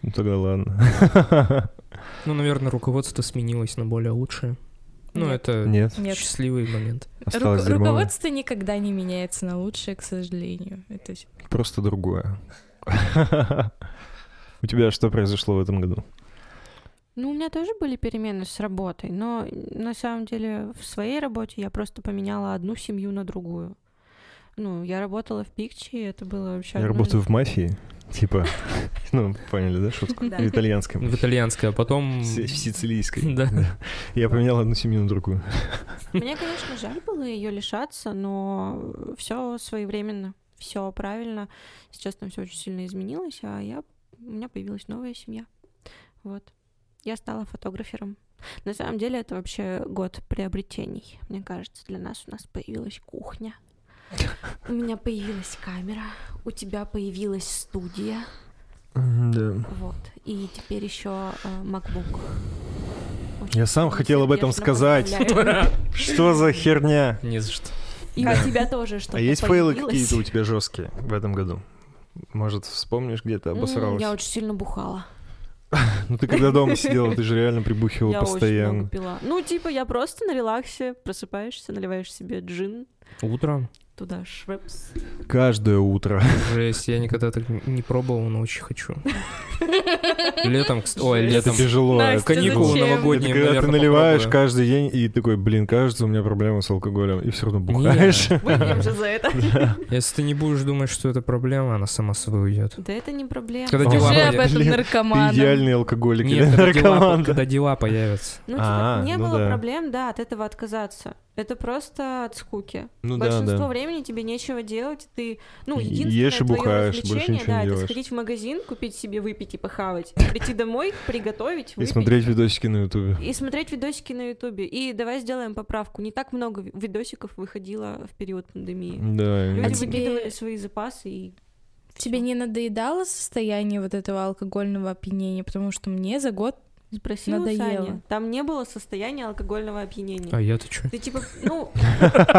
S3: Ну тогда ладно.
S2: Ну, наверное, руководство сменилось на более лучшее. Ну,
S5: Нет.
S2: это
S3: Нет,
S5: Нет.
S2: счастливый момент.
S5: Ру-
S3: осталось дерьмовое.
S5: руководство никогда не меняется на лучшее, к сожалению. Это всё.
S3: Просто другое. У тебя что произошло в этом году?
S6: Ну, у меня тоже были перемены с работой, но на самом деле в своей работе я просто поменяла одну семью на другую. Ну, я работала в Пикче, и это было вообще...
S3: Я
S6: одно из-
S3: работаю в мафии. Типа, ну, поняли, да, шутку?
S6: Да.
S3: В итальянском.
S2: В итальянское, а потом...
S3: В си- в сицилийской.
S2: Да.
S3: Я поменял одну семью на другую.
S6: Мне, конечно, жаль было ее лишаться, но все своевременно, все правильно. Сейчас там все очень сильно изменилось, а я у меня появилась новая семья. Вот. Я стала фотографером. На самом деле это вообще год приобретений. Мне кажется, для нас у нас появилась кухня. У меня появилась камера, у тебя появилась студия.
S8: Да.
S6: Вот. И теперь еще э, MacBook. Очень
S3: Я
S8: Ну,
S3: сам хотел об этом
S6: сердечно
S3: сказать.
S6: поздравляю.
S3: Что за херня?
S2: Не за что.
S6: И у тебя тоже что-то
S8: А есть фейлы
S6: появилось?
S8: какие-то у тебя жесткие в этом году? Может, вспомнишь, где ты
S6: М,
S8: обосралась?
S6: Я очень сильно бухала.
S8: Ну ты когда дома сидела, ты же реально прибухивала
S6: я очень много
S8: постоянно.
S6: пила. Ну, типа, я просто на релаксе просыпаешься, наливаешь себе джин,
S2: Утром?
S6: туда швепс.
S3: Каждое утро.
S2: Жесть, я никогда так не пробовал, но очень хочу. Летом, кстати. Ой,
S3: Это
S2: летом.
S3: тяжело.
S5: Настя,
S3: это
S2: Каникулы
S5: Зачем?
S2: новогодние,
S3: Это когда
S2: наверное,
S3: ты наливаешь
S2: попробую.
S3: каждый день и такой, блин, кажется, у меня проблемы с алкоголем, и все равно
S2: Не.
S3: бухаешь.
S6: Выпьем же за это.
S2: Если ты не будешь думать, что это проблема, она сама собой уйдет.
S6: Да это не проблема.
S2: Когда
S5: Уже
S2: дела
S5: об
S2: появятся.
S5: этом
S3: Блин, ты
S5: наркоманом.
S3: Ты идеальный алкоголик или
S2: Нет, когда дела,
S3: наркоман.
S2: когда дела появятся.
S6: Ну,
S3: А,
S6: типа, не
S3: ну
S6: было
S3: да.
S6: проблем, да, от этого отказаться. Это просто от скуки.
S3: Ну да,
S6: Большинство
S3: да.
S6: времени тебе нечего делать, ты, ну,
S3: И-
S6: единственное
S3: ешь и
S6: твоё
S3: бухаешь, больше
S6: развлечение,
S3: ничего
S6: да,
S3: не
S6: это
S3: делаешь.
S6: сходить в магазин, купить себе выпить и похавать, прийти домой, приготовить,
S3: И
S6: выпить.
S3: смотреть видосики на ютубе.
S6: И смотреть видосики на Ютубе. И давай сделаем поправку. Не так много ви- видосиков выходило в период пандемии.
S3: Да.
S6: Люди
S5: А тебе-
S6: выкидывали свои запасы и
S5: Тебе не надоедало состояние вот этого алкогольного опьянения? Потому что мне за год...
S6: спросила
S5: Надоело.
S6: Саня. Там не было состояния алкогольного опьянения.
S2: А я-то что?
S6: Ты типа, ну,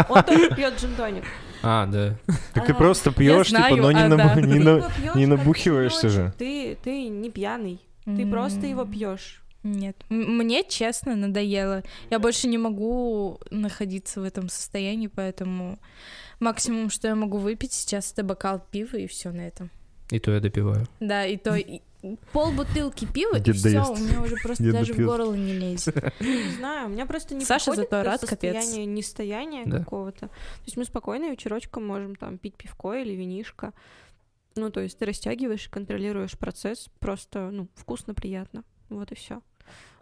S6: он тоже пьет джин-тоник.
S2: А, да.
S3: Так ты
S6: А,
S3: просто пьешь, типа,
S5: знаю,
S3: но не
S5: а,
S3: на-
S5: да.
S3: не
S6: ты
S3: на-
S6: его пьёшь
S3: не
S6: как
S3: набухиваешься же.
S6: Ты, ты не пьяный. Ты просто его
S5: М,
S6: пьешь.
S5: Нет. М- Мне, честно, надоело. Я больше не могу находиться в этом состоянии, поэтому максимум, что я могу выпить сейчас, это бокал пива, и все на этом.
S2: И то я допиваю.
S5: Да, и то... и- Пол бутылки пива, и
S3: Дед
S5: все,
S3: доест.
S5: у меня уже просто
S3: Дед
S5: даже в
S3: допьёт.
S5: горло не лезет.
S6: Не знаю, у меня просто не
S5: Саша
S6: проходит
S5: зато
S6: это
S5: рад, капец.
S6: состояние нестояния
S2: Да.
S6: какого-то. То есть мы спокойно вечерочком можем там пить пивко или винишко. Ну, то есть ты растягиваешь и контролируешь процесс. Просто, ну, вкусно, приятно. Вот и все.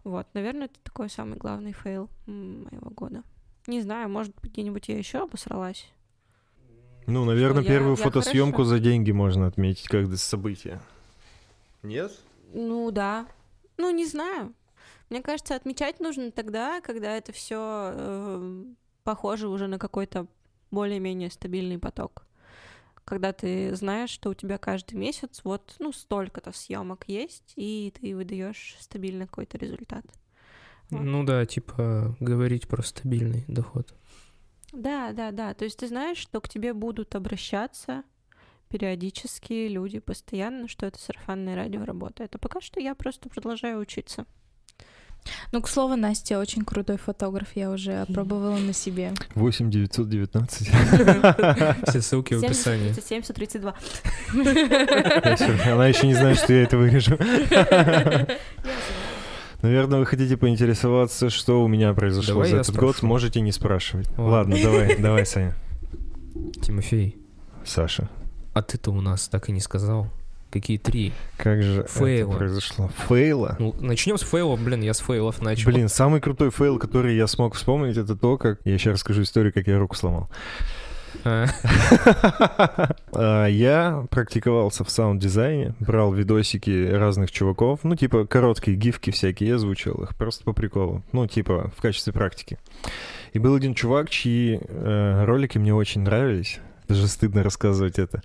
S6: Вот, наверное, это такой самый главный фейл м, моего года. Не знаю, может быть, где-нибудь я еще обосралась.
S3: Ну, наверное,
S6: я-
S3: первую
S6: я
S3: фотосъемку
S6: хорошо.
S3: за деньги можно отметить как событие. Нет?
S6: Ну да. Ну, не знаю. Мне кажется, отмечать нужно тогда, когда это все похоже уже на какой-то более-менее стабильный поток. Когда ты знаешь, что у тебя каждый месяц вот, ну, столько-то съемок есть, и ты выдаешь стабильно какой-то результат. Вот.
S2: Ну да, типа говорить про стабильный доход.
S6: Да, да, да. То есть ты знаешь, что к тебе будут обращаться периодически люди постоянно, что это сарафанное радио работает. А пока что я просто продолжаю учиться.
S5: Ну, к слову, Настя очень крутой фотограф, я уже опробовала на себе.
S3: 8 919.
S2: Все ссылки в описании.
S6: 737, 132.
S3: Она еще не знает, что я это вырежу. Наверное, вы хотите поинтересоваться, что у меня произошло
S2: Давай
S3: за
S2: я
S3: этот
S2: спрошу.
S3: год. Можете не спрашивать.
S2: Ладно.
S3: Ладно, давай, давай, Саня.
S2: Тимофей,
S3: Саша,
S2: а ты-то у нас так и не сказал. Какие три?
S3: как же
S2: Фейла.
S3: это произошло? Фейла?
S2: Ну, начнем с фейлов, блин, я с фейлов начал.
S3: Блин, самый крутой фейл, который я смог вспомнить, это то, как... Я сейчас расскажу историю, как я руку сломал.
S2: А,
S3: А, Я практиковался в саунд-дизайне, брал видосики разных чуваков, ну, типа, короткие гифки всякие, я озвучивал их просто по приколу, ну, типа, в качестве практики. И был один чувак, чьи э, ролики мне очень нравились, даже стыдно рассказывать это.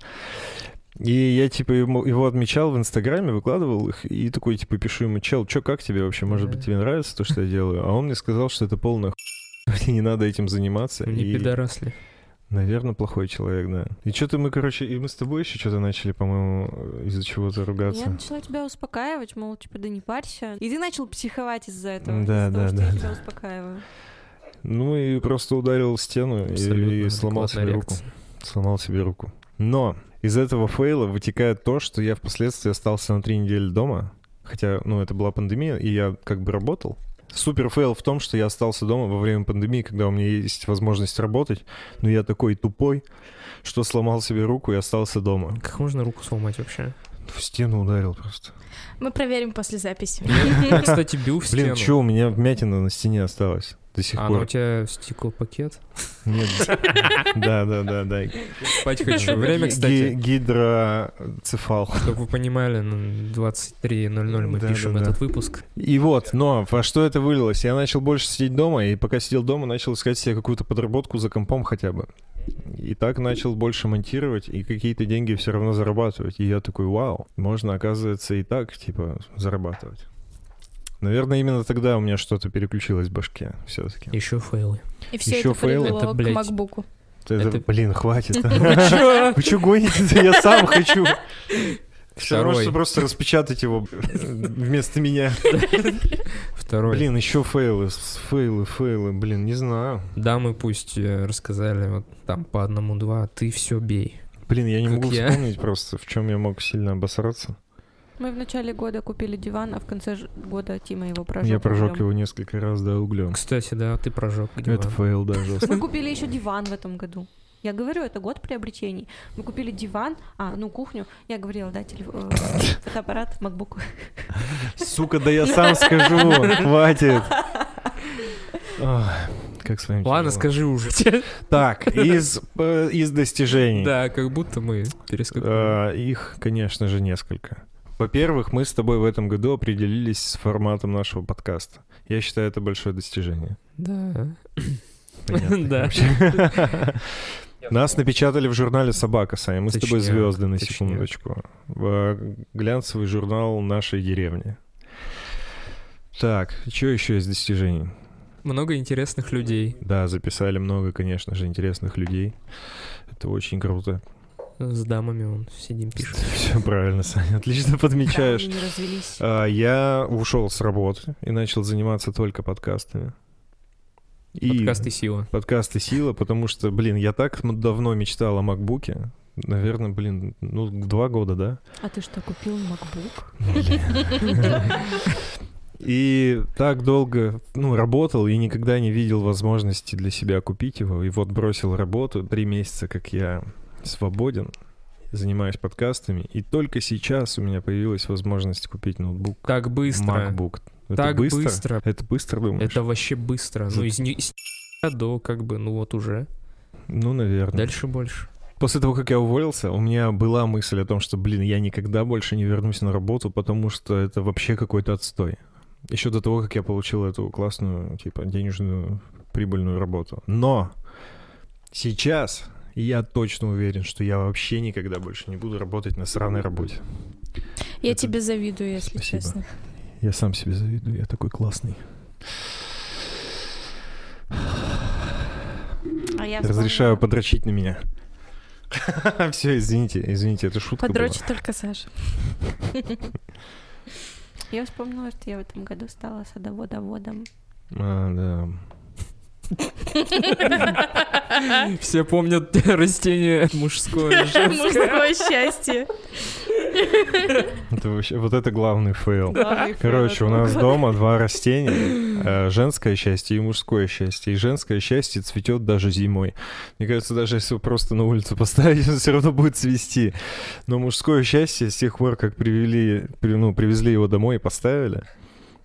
S3: И я, типа, ему- его отмечал в Инстаграме, выкладывал их, и такой, типа, пишу ему, чел, чё, как тебе вообще, может быть,
S2: Да.
S3: тебе нравится то, что я делаю? А он мне сказал, что это полная хуйня, не надо этим заниматься.
S2: Не
S3: и-
S2: пидоросли.
S3: Наверное, плохой человек, да. И что-то мы, короче, и мы с тобой еще что-то начали, по-моему, э, из-за чего-то
S6: Я
S3: ругаться.
S6: начала тебя успокаивать, мол, типа, да не парься. И ты начал психовать из-за этого.
S3: Да,
S6: из-за
S3: да,
S6: того, что
S3: да,
S6: Я
S3: да.
S6: тебя успокаиваю.
S3: Ну и просто ударил стену и- и,
S2: Абсолютно
S3: сломал себе
S2: адекватная
S3: руку.
S2: реакция.
S3: Сломал себе руку. Но из этого фейла вытекает то, что я впоследствии остался на три недели дома. Хотя, ну, это была пандемия, и я как бы работал. Супер фейл в том, что я остался дома во время пандемии, когда у меня есть возможность работать, но я такой тупой, что сломал себе руку и остался дома.
S2: Как можно руку сломать вообще?
S3: В стену ударил просто.
S5: Мы проверим после записи.
S2: Я, кстати, бил в
S3: Блин,
S2: стену.
S3: что, у меня вмятина на стене осталась до сих
S2: А, ну у
S3: пор.
S2: тебя стеклопакет?
S3: Нет. Да, да, да, да.
S2: Спать хочу. Время,
S3: Ги-
S2: кстати,
S3: Гидроцефал.
S2: чтобы вы понимали, ну, 23.00 мы
S3: Да,
S2: пишем
S3: да, да.
S2: этот выпуск.
S3: И вот, но во что это вылилось? Я начал больше сидеть дома, и пока сидел дома, начал искать себе какую-то подработку за компом хотя бы. И так начал больше монтировать и какие-то деньги все равно зарабатывать. И я такой, вау, можно, оказывается, и так, типа, зарабатывать. Наверное, именно тогда у меня что-то переключилось в башке все-таки.
S2: Еще фейлы.
S5: И все
S3: Ещё
S5: это
S3: фейлы?
S5: привело
S2: Это,
S5: к
S2: блядь,
S5: макбуку.
S3: Это,
S2: Это-
S3: блин, хватит. Вы что гоните? Я сам хочу. Все равно,
S2: Второй.
S3: что просто распечатать его э, вместо меня.
S2: Второй.
S3: Блин, еще фейлы, с- фейлы, фейлы, блин, не знаю.
S2: Дамы пусть э, рассказали вот там по одному-два, а ты все бей.
S3: Блин, я не
S2: Как
S3: могу
S2: я.
S3: вспомнить просто, в чем я мог сильно обосраться.
S6: Мы в начале года купили диван, а в конце ж- года Тима его прожег.
S3: Я прожег
S6: углем.
S3: его несколько раз, да, углем.
S2: Кстати, да, ты прожег.
S3: Это фейл, да, жестко.
S6: Мы купили еще диван в этом году. Я говорю, это год приобретений. Мы купили диван, а, ну, кухню. Я говорила, да, телеф- э, фотоаппарат, макбук.
S3: Сука, да я сам скажу, хватит. Ах, Как с вами
S2: Ладно,
S3: тяжело.
S2: скажи уже.
S3: Так, из, э, из достижений.
S2: Да, как будто мы перескакнули.
S3: Э, Их, конечно же, несколько. Во-первых, мы с тобой в этом году определились с форматом нашего подкаста. Я считаю, это большое достижение.
S2: Да.
S3: Понятно
S2: Да.
S3: вообще. Нас напечатали в журнале «Собака», Саня. Мы с тобой
S2: Точняк,
S3: звезды, на
S2: точняк.
S3: секундочку. В э, глянцевый журнал нашей деревни. Так, что еще из достижений?
S2: Много интересных людей.
S3: Да, записали много, конечно же, интересных людей. Это очень круто.
S2: С дамами он сидим пишет.
S3: Все правильно, Саня, отлично
S6: Да,
S3: подмечаешь.
S6: они не развелись.
S3: А, Я ушел с работы и начал заниматься только подкастами. И
S2: Подкасты сила.
S3: подкасты сила, потому что, блин, я так м- давно мечтал о макбуке. Наверное, блин, ну, два года, да?
S6: А ты что, купил макбук?
S3: И так долго, ну, работал и никогда не видел возможности для себя купить его. И вот бросил работу, три месяца, как я свободен, занимаюсь подкастами. И только сейчас у меня появилась возможность купить ноутбук.
S2: Так быстро.
S3: MacBook. Это
S2: Так быстро.
S3: Это быстро, думаешь?
S2: Это вообще быстро. Ну,
S3: За-
S2: из ни- из до как бы, ну вот уже.
S3: Ну, наверное.
S2: Дальше больше.
S3: После того, как я уволился, у меня была мысль о том, что, блин, я никогда больше не вернусь на работу, потому что это вообще какой-то отстой. Еще до того, как я получил эту классную, типа, денежную прибыльную работу. Но сейчас я точно уверен, что я вообще никогда больше не буду работать на сраной работе.
S5: Я
S3: Это-
S5: тебе завидую, если
S3: Спасибо.
S5: честно.
S3: Я сам себе завидую, я такой классный.
S6: А я
S3: Разрешаю
S6: вспомнила.
S3: подрочить на меня. Все, извините, извините, это шутка была.
S5: Подрочит только Саша.
S6: Я вспомнила, что я в этом году стала садоводоводом.
S3: А, да.
S2: Все помнят растение мужское.
S5: Мужское счастье.
S3: Это вообще, вот это главный фейл.
S6: Главный
S3: Короче, у
S6: фейл
S3: нас
S6: этого
S3: дома два растения. э, Женское счастье и мужское счастье. И женское счастье цветет даже зимой. Мне кажется, даже если его просто на улицу поставить, он все равно будет цвести. Но мужское счастье с тех пор, как привели, при- ну, привезли его домой и поставили,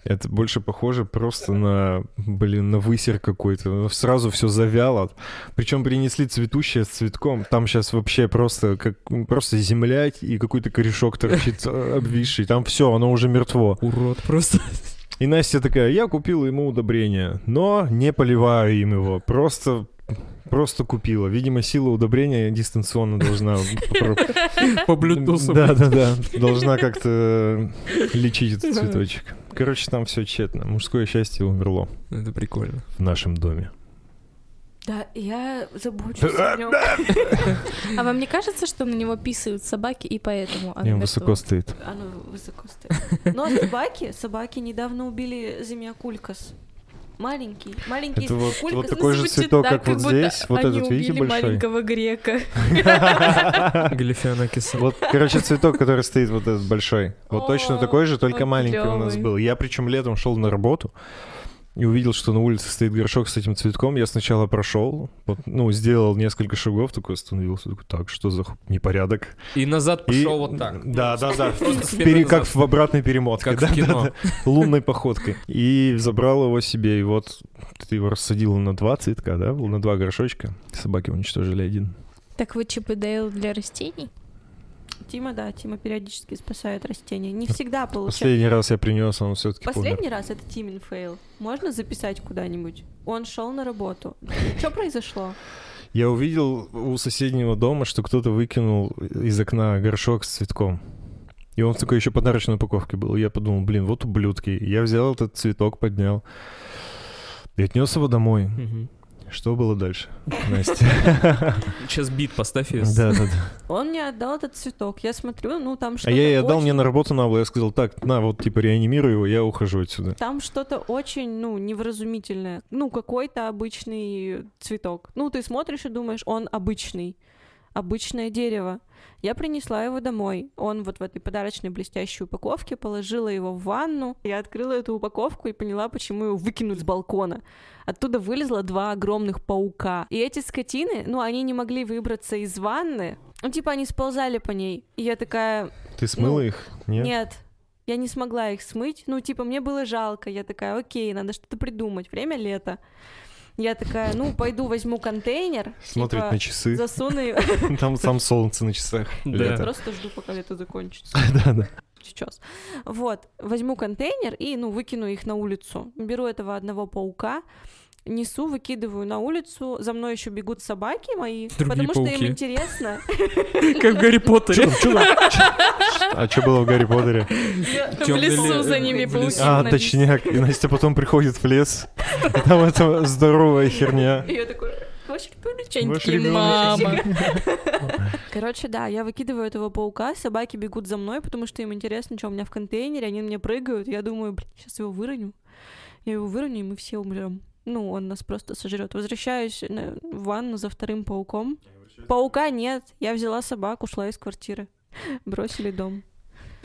S3: это больше похоже просто на, блин, на высер какой-то. Ну, Сразу все завяло. Причем принесли цветущее с цветком. Там сейчас вообще просто как просто земля и какой-то корешок торчит э, обвисший. Там все, оно уже мертво.
S2: Урод просто.
S3: И Настя такая, я купила ему удобрение, но не поливаю им его, просто просто купила. Видимо, сила удобрения дистанционно должна... попро-
S2: По блютусу.
S3: Да, да, да. Должна как-то лечить этот цветочек. Короче, там все тщетно. Мужское счастье умерло
S2: Это прикольно.
S3: в нашем доме.
S6: Да, я забочусь о нём.
S5: А вам не кажется, что на него писают собаки, и поэтому... оно
S3: И он
S5: мертво?
S3: высоко стоит.
S6: Оно высоко стоит. Но собаки, собаки недавно убили зимиакулькас. Маленький, маленький
S3: Это вот,
S6: кулькас.
S3: вот такой же
S5: Звучит
S3: цветок,
S5: так,
S3: как вот
S5: будто
S3: здесь. Вот
S5: они
S3: этот, видите,
S5: убили
S3: большой?
S5: маленького грека.
S2: Галифианакис.
S3: Вот, короче, цветок, который стоит вот этот большой. Вот
S5: О,
S3: точно такой же, только
S5: вот
S3: маленький у нас
S5: клёвый.
S3: был. Я причем летом шел на работу и увидел, что на улице стоит горшок с этим цветком. Я сначала прошел, вот, ну, сделал несколько шагов, такой остановился, такой, так, что за ху- непорядок.
S2: И назад
S3: И-
S2: пошел вот так.
S3: Да, да, да.
S2: Просто
S3: В
S2: спиной
S3: пере-
S2: назад.
S3: Как в обратной перемотке.
S2: Как в кино.
S3: да, лунной походкой. И забрал его себе, и вот ты его рассадил на два цветка, да? На два горшочка. Собаки уничтожили один.
S5: Так вы Чип и Дейл для растений?
S6: Тима, да, Тима периодически спасает растения. Не всегда получается.
S3: Последний раз я принес, он все-таки помер.
S6: Последний раз это Тимин фейл. Можно записать куда-нибудь? Он шел на работу. Что произошло?
S3: Я увидел у соседнего дома, что кто-то выкинул из окна горшок с цветком. И он в такой еще подарочной упаковке был. Я подумал, блин, вот ублюдки. Я взял этот цветок, поднял. И отнес его домой.
S2: Мгм.
S3: Что было дальше, Настя?
S2: Сейчас бит поставь и
S3: Да, да, да.
S6: Он мне отдал этот цветок. Я смотрю, ну там что-то
S3: А я ей отдал
S6: очень-
S3: мне на работу на Я сказал, так, на, вот, типа, реанимируй его, я ухожу отсюда.
S6: Там что-то очень, ну, невразумительное. Ну, какой-то обычный цветок. Ну, ты смотришь и думаешь, он обычный. Обычное дерево. Я принесла его домой. Он вот в этой подарочной блестящей упаковке, положила его в ванну. Я открыла эту упаковку и поняла, почему его выкинули с балкона. Оттуда вылезло два огромных паука. И эти скотины, ну, они не могли выбраться из ванны. Ну, типа, они сползали по ней. И я такая,
S3: Ты смыла их? Нет?
S6: Ну, нет, я не смогла их смыть. Ну, типа, мне было жалко. Я такая, окей, надо что-то придумать. Время лето. Я такая, ну, пойду возьму контейнер.
S3: Смотрит
S6: типа,
S3: на часы.
S6: Засуну и-
S3: Там сам солнце на часах.
S2: Да.
S3: Лето.
S6: Просто жду, пока лето закончится.
S3: Да, да.
S6: Сейчас. Вот, возьму контейнер и, ну, выкину их на улицу. Беру этого одного паука, несу, выкидываю на улицу. За мной еще бегут собаки мои,
S2: Другие
S6: потому что
S2: пауки.
S6: им интересно.
S2: Как в Гарри Поттере.
S3: А что было в Гарри Поттере?
S5: В лесу за ними
S2: В лесу.
S5: паутина
S3: А,
S5: висит.
S3: точняк. И Настя потом приходит в лес, и там это здоровая херня.
S6: И я такой, ваш
S3: Ваш
S6: ребеночек,
S3: ребёночек».
S6: мама. Короче, да, я выкидываю этого паука, собаки бегут за мной, потому что им интересно, что у меня в контейнере, они на меня прыгают, я думаю, блин, сейчас его выроню. Я его выроню, и мы все умрем. Ну, он нас просто сожрет. Возвращаюсь на- в ванну за вторым пауком. Паука нет, я взяла собаку, ушла из квартиры. Бросили дом.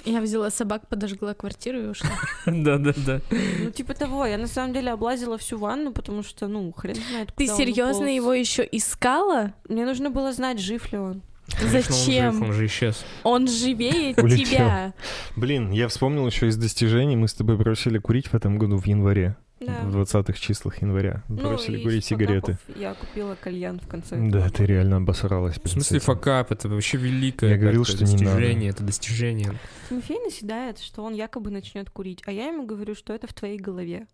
S5: Я взяла собак, подожгла квартиру и ушла.
S2: Да-да-да.
S6: Ну, типа того, я на самом деле облазила всю ванну, потому что, ну, хрен знает,
S5: Ты
S6: куда он
S5: серьезно
S6: уполз.
S5: его еще искала?
S6: Мне нужно было знать, жив ли он.
S2: Конечно, он жив,
S5: Зачем?
S2: Он же исчез.
S5: Он живее
S3: Улетел.
S5: тебя.
S3: Блин, я вспомнил еще из достижений, мы с тобой бросили курить в этом году в январе,
S6: Да.
S3: в 20-х числах января.
S6: Ну,
S3: Бросили
S6: и
S3: курить
S6: из
S3: сигареты.
S6: факапов Я купила кальян в конце.
S3: Да, ты реально обосралась.
S2: В смысле факап? Это вообще великое
S3: Я говорил,
S2: как-то
S3: что не надо.
S2: достижение. Это достижение.
S6: Тимофей наседает, что он якобы начнет курить, а я ему говорю, что это в твоей голове.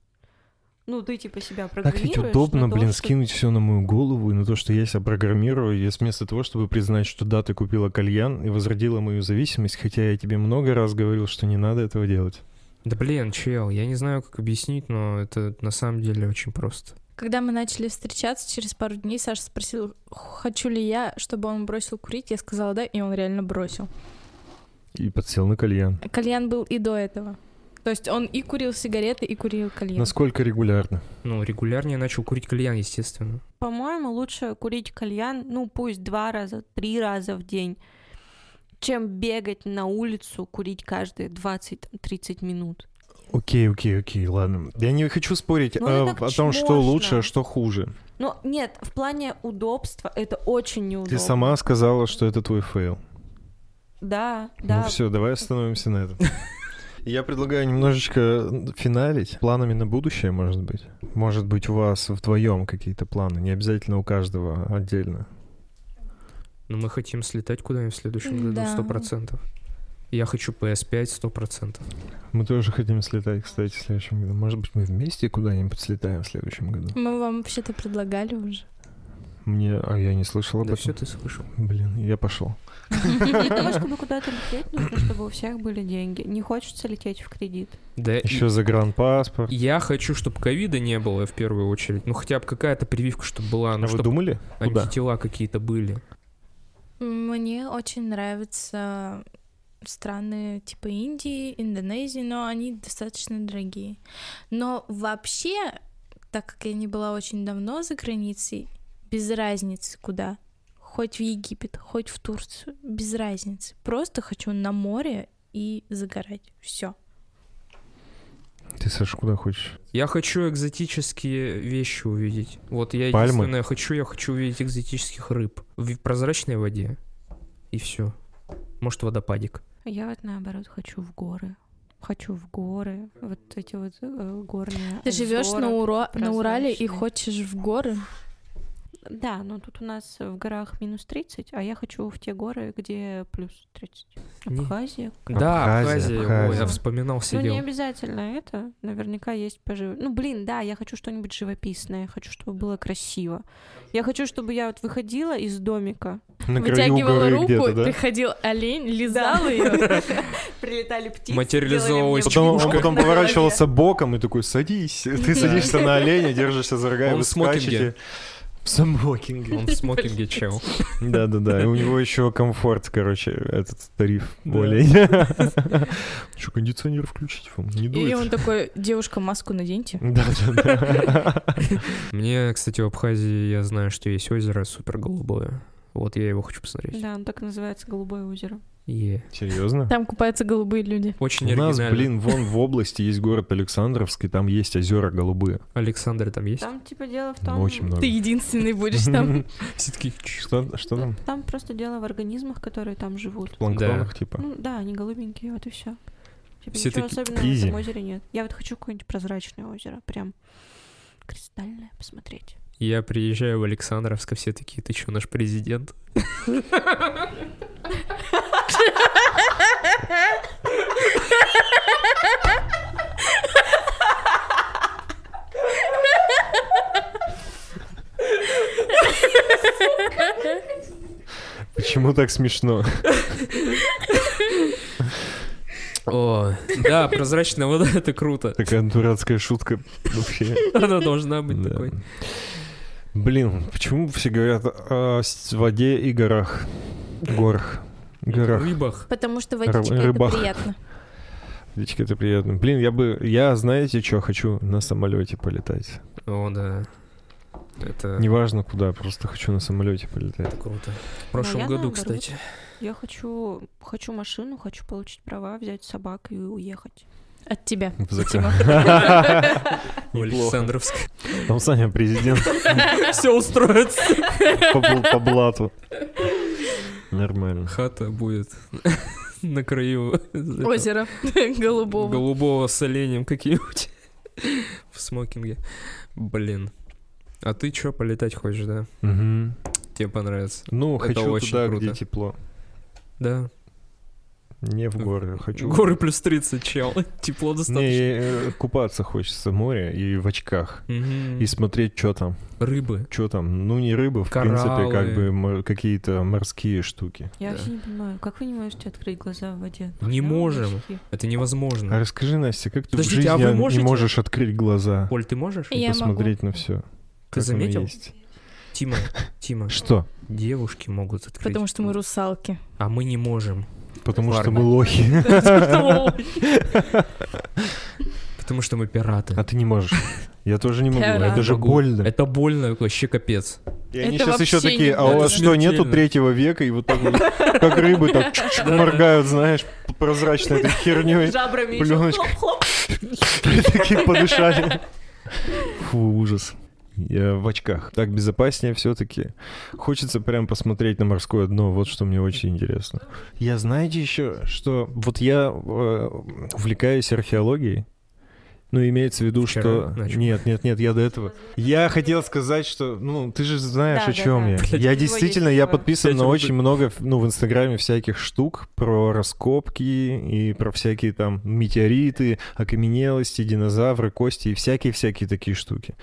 S6: Ну, ты типа себя
S3: Так
S6: программируешь.
S3: ведь удобно,
S6: на то,
S3: блин,
S6: что-
S3: скинуть все на мою голову и на то, что я себя программирую, и вместо того, чтобы признать, что да, ты купила кальян и возродила мою зависимость, хотя я тебе много раз говорил, что не надо этого делать.
S2: Да блин, чел, я не знаю, как объяснить, но это на самом деле очень просто.
S5: Когда мы начали встречаться, через пару дней Саша спросил, хочу ли я, чтобы он бросил курить. Я сказала да, и он реально бросил.
S3: И подсел на кальян.
S5: Кальян был и до этого. То есть он и курил сигареты, и курил кальян.
S3: Насколько регулярно?
S2: Ну, регулярнее начал курить кальян, естественно.
S6: По-моему, лучше курить кальян, ну, пусть два раза, три раза в день, чем бегать на улицу, курить каждые 20-30 минут.
S3: Окей, окей, окей, ладно. Я не хочу спорить
S6: Ну,
S3: а,
S6: это так
S3: о том, что
S6: чмошно.
S3: лучше, а что хуже.
S6: Но нет, в плане удобства это очень неудобно.
S3: Ты сама сказала, что это твой фейл.
S6: Да, да.
S3: Ну все, давай остановимся на этом. Я предлагаю немножечко финалить планами на будущее, может быть. Может быть, у вас вдвоем какие-то планы, не обязательно у каждого отдельно.
S2: Но мы хотим слетать куда-нибудь в следующем году,
S5: Да.
S2: сто процентов. Я хочу PS5 сто процентов.
S3: Мы тоже хотим слетать, кстати, в следующем году. Может быть, мы вместе куда-нибудь слетаем в следующем году.
S5: Мы вам вообще-то предлагали уже.
S3: Мне, а я не слышал об
S2: Да
S3: этом.
S2: все ты слышал.
S3: Блин, я пошел.
S6: Для того, чтобы куда-то лететь, нужно, чтобы у всех были деньги. Не хочется лететь в кредит.
S2: Да,
S3: Еще загранпаспорт.
S2: Я хочу, чтобы ковида не было в первую очередь. Ну, хотя бы какая-то прививка, чтобы была,
S3: А
S2: ну,
S3: вы
S2: чтобы
S3: думали? куда?
S2: антитела какие-то были.
S5: Мне очень нравятся страны типа Индии, Индонезии, но они достаточно дорогие. Но вообще, так как я не была очень давно за границей, без разницы куда. Хоть в Египет, хоть в Турцию, без разницы. Просто хочу на море и загорать. Все.
S3: Ты, Саш, куда хочешь?
S2: Я хочу экзотические вещи увидеть. Вот я
S3: Пальмы?
S2: единственное хочу, я хочу увидеть экзотических рыб в прозрачной воде. И все. Может, водопадик.
S6: А Я вот наоборот хочу в горы. Хочу в горы. Вот эти вот э, горные.
S5: Ты живешь
S6: озера.
S5: на, Ура- на Урале и
S6: прозрачные.
S5: хочешь в горы?
S6: Да, но тут у нас в горах минус 30, а я хочу в те горы, где плюс 30.
S2: Не-
S6: Абхазия.
S2: Да,
S4: Абхазия,
S2: Абхазия. Ой,
S4: Абхазия.
S2: я вспоминал,
S6: Ну, не
S2: сидел.
S6: обязательно это. Наверняка есть пожив... Ну, блин, да, я хочу что-нибудь живописное. Я хочу, чтобы было красиво. Я хочу, чтобы я вот выходила из домика.
S3: На краю
S5: Вытягивала
S3: горы
S5: руку,
S3: где-то, да?
S5: приходил олень, лизал ее.
S6: Прилетали птицы.
S2: Материализовывать
S3: Потом, он
S2: Чушка.
S3: потом поворачивался боком и такой, садись. Ты садишься на оленя, держишься за рога, и
S2: Он
S3: вы
S2: в смокинге.
S3: скачете. В смокинге.
S2: Он в смокинге чел.
S3: Да-да-да, и у него еще комфорт, короче, этот тариф
S4: Да.
S3: более. Что, кондиционер включить? вам? Не
S5: И
S3: дует.
S5: он такой, девушка, маску наденьте.
S3: Да-да-да.
S2: Мне, кстати, в Абхазии я знаю, что есть озеро суперголубое. Вот я его хочу посмотреть.
S6: Да, он так называется «Голубое озеро».
S2: Е.
S3: Серьезно?
S5: Там купаются голубые люди.
S2: Очень
S3: У нас,
S2: оригинально.
S3: блин, вон в области есть город Александровский, там есть озера голубые.
S2: Александр там есть?
S6: Там, типа, дело в том...
S3: Очень много.
S5: Ты единственный будешь там.
S2: Все такие, «Чш».
S3: Что, что там?
S6: Там просто дело в организмах, которые там живут.
S3: Планктонах, типа.
S6: Ну да, они голубенькие, вот и все. Типа
S2: Все
S6: ничего
S2: такие,
S6: особенного в
S3: «Изи».
S6: этом озере нет. Я вот хочу какое-нибудь прозрачное озеро, прям кристальное посмотреть.
S2: Я приезжаю в Александровск, а все такие, ты что, наш президент?
S3: Почему так смешно?
S2: О, да, прозрачная вода, это круто.
S3: Такая дурацкая шутка вообще.
S2: Она должна быть
S3: Да.
S2: такой.
S3: Блин, почему все говорят о с- воде и горах? Горах. Горах.
S2: Рыбах.
S5: Потому что
S3: Ры-
S5: водичка это
S3: рыбах.
S5: приятно.
S3: Видите, это приятно. Блин, я бы... Я, знаете, что хочу? На самолете полетать.
S2: О, да. Это
S3: Неважно куда, просто хочу на самолете полетать.
S2: круто. В прошлом
S6: я
S2: году,
S6: наоборот.
S2: кстати.
S6: Я хочу, хочу машину, хочу получить права, взять собак и уехать.
S5: От тебя.
S3: В
S5: Тима.
S3: закат.
S2: В Александровск.
S3: Там Саня президент
S2: Все устроится.
S3: по бл- по блату. Нормально.
S2: Хата будет на краю этого
S5: Озеро голубого.
S2: голубого с оленем каким-нибудь в смокинге. Блин. А ты чё, полетать хочешь, да?
S3: Мгм.
S2: Тебе понравится.
S3: Ну,
S2: Это
S3: хочу
S2: очень
S3: туда,
S2: круто.
S3: где тепло.
S2: Да.
S3: Не в горы. Хочу...
S2: Горы плюс 30, чел. Тепло
S3: Не,
S2: достаточно.
S3: э, купаться хочется в море и в очках.
S2: Мгм.
S3: И смотреть, что там.
S2: Рыбы.
S3: Что там? Ну, не рыба, в принципе, как
S2: Кораллы.
S3: бы мор- какие-то морские штуки.
S6: Я
S2: Да.
S6: вообще не понимаю, как вы не можете открыть глаза в воде?
S2: Не
S6: Прям
S2: можем.
S6: мужики.
S2: Это
S3: А
S2: невозможно.
S3: расскажи, Настя, как ты в
S2: Подождите, а
S3: жизни
S2: вы
S3: не
S2: можете?
S3: можешь открыть глаза
S2: Оль, ты можешь?
S5: И-
S3: и
S5: Я могу.
S3: посмотреть на все?
S2: Ты заметил? Тима, Тима,
S3: Что?
S2: девушки могут открыть.
S5: Потому что мы русалки.
S2: А мы не можем.
S3: Потому что
S2: Ладно.
S3: мы лохи.
S2: Потому что мы пираты.
S3: А ты не можешь. Я тоже не могу.
S5: Я
S3: Это
S5: рада.
S3: же
S2: Могу.
S3: больно.
S2: Это больно, вообще капец.
S3: И они
S5: Это
S3: сейчас еще
S5: вообще
S3: такие, а у
S2: неправильно.
S3: вас что, нету
S2: Смертельно.
S3: третьего века? И вот так вот, как рыбы, так чук-чук моргают, знаешь, п- прозрачной этой херней.
S6: Жабрами ещё
S3: Пленочка. Такие подышали. Фу, ужас. Я в очках. Так безопаснее все-таки. Хочется прям посмотреть на морское дно. Вот что мне очень интересно. Я знаете еще, что вот я э, увлекаюсь археологией. Ну, имеется в виду,
S2: Вчера
S3: что...
S2: начал.
S3: Нет, нет, нет, я до этого... Я хотел сказать, что... Ну, ты же знаешь,
S6: Да,
S3: о
S6: да,
S3: чем
S6: да.
S3: я.
S6: Блядь,
S3: Я
S6: у него
S3: действительно,
S6: есть
S3: я
S6: такое.
S3: подписан
S2: Пять
S3: на
S2: рублей.
S3: очень много, ну, в Инстаграме всяких штук про раскопки и про всякие там метеориты, окаменелости, динозавры, кости и всякие-всякие такие штуки.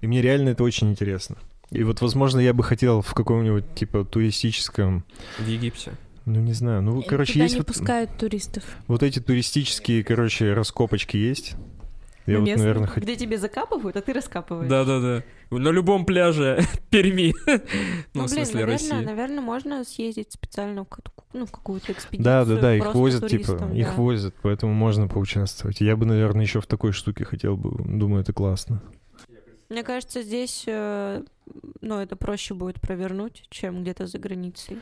S3: И мне реально это очень интересно. И вот, возможно, я бы хотел в каком-нибудь, типа, туристическом,
S2: В Египте.
S3: ну, не знаю,
S6: Э,
S3: ну, короче,
S5: Туда
S3: есть
S5: не
S3: вот,
S5: пускают туристов.
S3: вот эти туристические, короче, раскопочки есть. Я вот,
S6: Ну, Местные,
S3: наверное, хотел...
S6: Где тебе закапывают, а ты раскапываешь.
S2: Да-да-да. На любом пляже Перми.
S6: Ну,
S2: Ну, в
S6: блин,
S2: смысле
S6: наверное,
S2: России.
S6: можно можно съездить специально в кат- ну, в какую-то экспедицию.
S3: Да, да, да, их
S6: просто
S3: возят,
S6: туристам,
S3: типа, их
S6: да.
S3: возят, поэтому можно поучаствовать. Я бы, наверное, еще в такой штуке хотел бы, думаю, это классно.
S6: Мне кажется, здесь, э, ну, это проще будет провернуть, чем где-то за границей.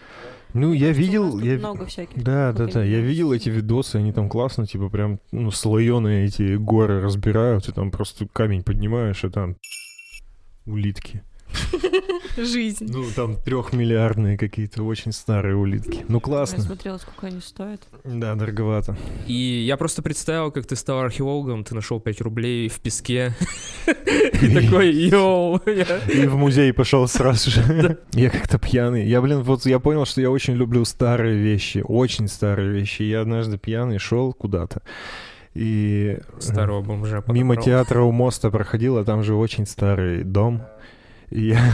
S3: Ну, я
S6: У нас
S3: видел,
S6: тут
S3: я...
S6: много всяких.
S3: Да, да,
S6: штук
S3: да. Я
S6: именно.
S3: видел эти видосы, они там классно, типа прям, ну, слоеные эти горы разбирают, и там просто камень поднимаешь, и там а улитки.
S5: Жизнь.
S3: Ну, там трехмиллиардные какие-то очень старые улитки. Ну,
S6: Я
S3: классно.
S6: смотрела, сколько они стоят.
S3: Да, дороговато.
S2: И я просто представил, как ты стал археологом, ты нашел 5 рублей в песке. И такой, йоу, я-
S3: И в музей пошел сразу же. Я как-то пьяный. Я, блин, вот я понял, что я очень люблю старые вещи, очень старые вещи. Я однажды пьяный шел куда-то. И
S2: старого бомжа. подобрал.
S3: мимо театра у моста проходил, а там же очень старый дом. И я,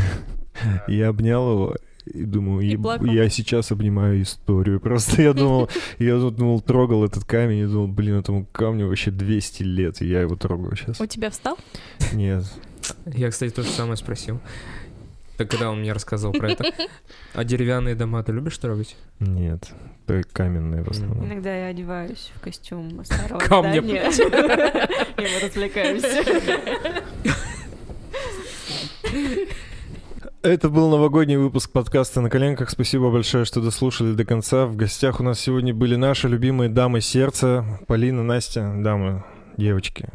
S3: я обнял его и думаю,
S5: И
S3: «Еб-
S5: плакал.
S3: я сейчас обнимаю историю. Просто я думал, я тут, думал, трогал этот камень и думал, блин, этому камню вообще 200 лет, и я его трогаю сейчас.
S5: У тебя встал?
S3: Нет.
S2: Я, кстати, то же самое спросил. Так когда он мне рассказывал про это. А деревянные дома ты любишь трогать?
S3: Нет, это каменные в основном.
S6: Иногда я одеваюсь в костюм старого
S2: Камня.
S6: здания. И мы развлекаемся.
S3: Это был новогодний выпуск подкаста «На коленках». Спасибо большое, что дослушали до конца. В гостях у нас сегодня были наши любимые дамы сердца. Полина, Настя, дамы, девочки,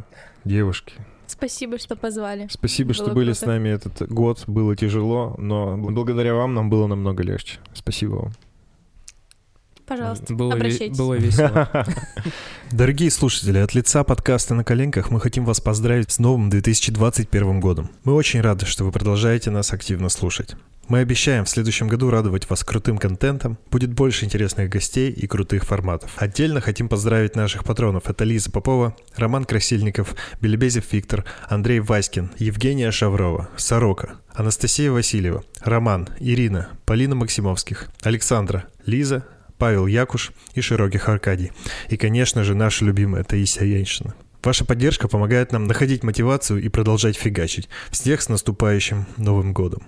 S3: девушки.
S5: Спасибо, что позвали.
S3: Спасибо, что
S5: Было
S3: были
S5: круто.
S3: с нами этот год. Было тяжело, но благодаря вам нам было намного легче. Спасибо вам.
S5: Пожалуйста,
S2: Было, ве-
S5: обращайтесь.
S2: было весело.
S4: Дорогие слушатели, от лица подкаста «На коленках» мы хотим вас поздравить с новым 2021 годом. Мы очень рады, что вы продолжаете нас активно слушать. Мы обещаем в следующем году радовать вас крутым контентом, будет больше интересных гостей и крутых форматов. Отдельно хотим поздравить наших патронов. Это Лиза Попова, Роман Красильников, Белебезев Виктор, Андрей Васькин, Евгения Шаврова, Сорока, Анастасия Васильева, Роман, Ирина, Полина Максимовских, Александра, Лиза, Павел Якуш и Широких Аркадий. И, конечно же, наша любимая Таисия Янщина. Ваша поддержка помогает нам находить мотивацию и продолжать фигачить. Всех с наступающим Новым Годом!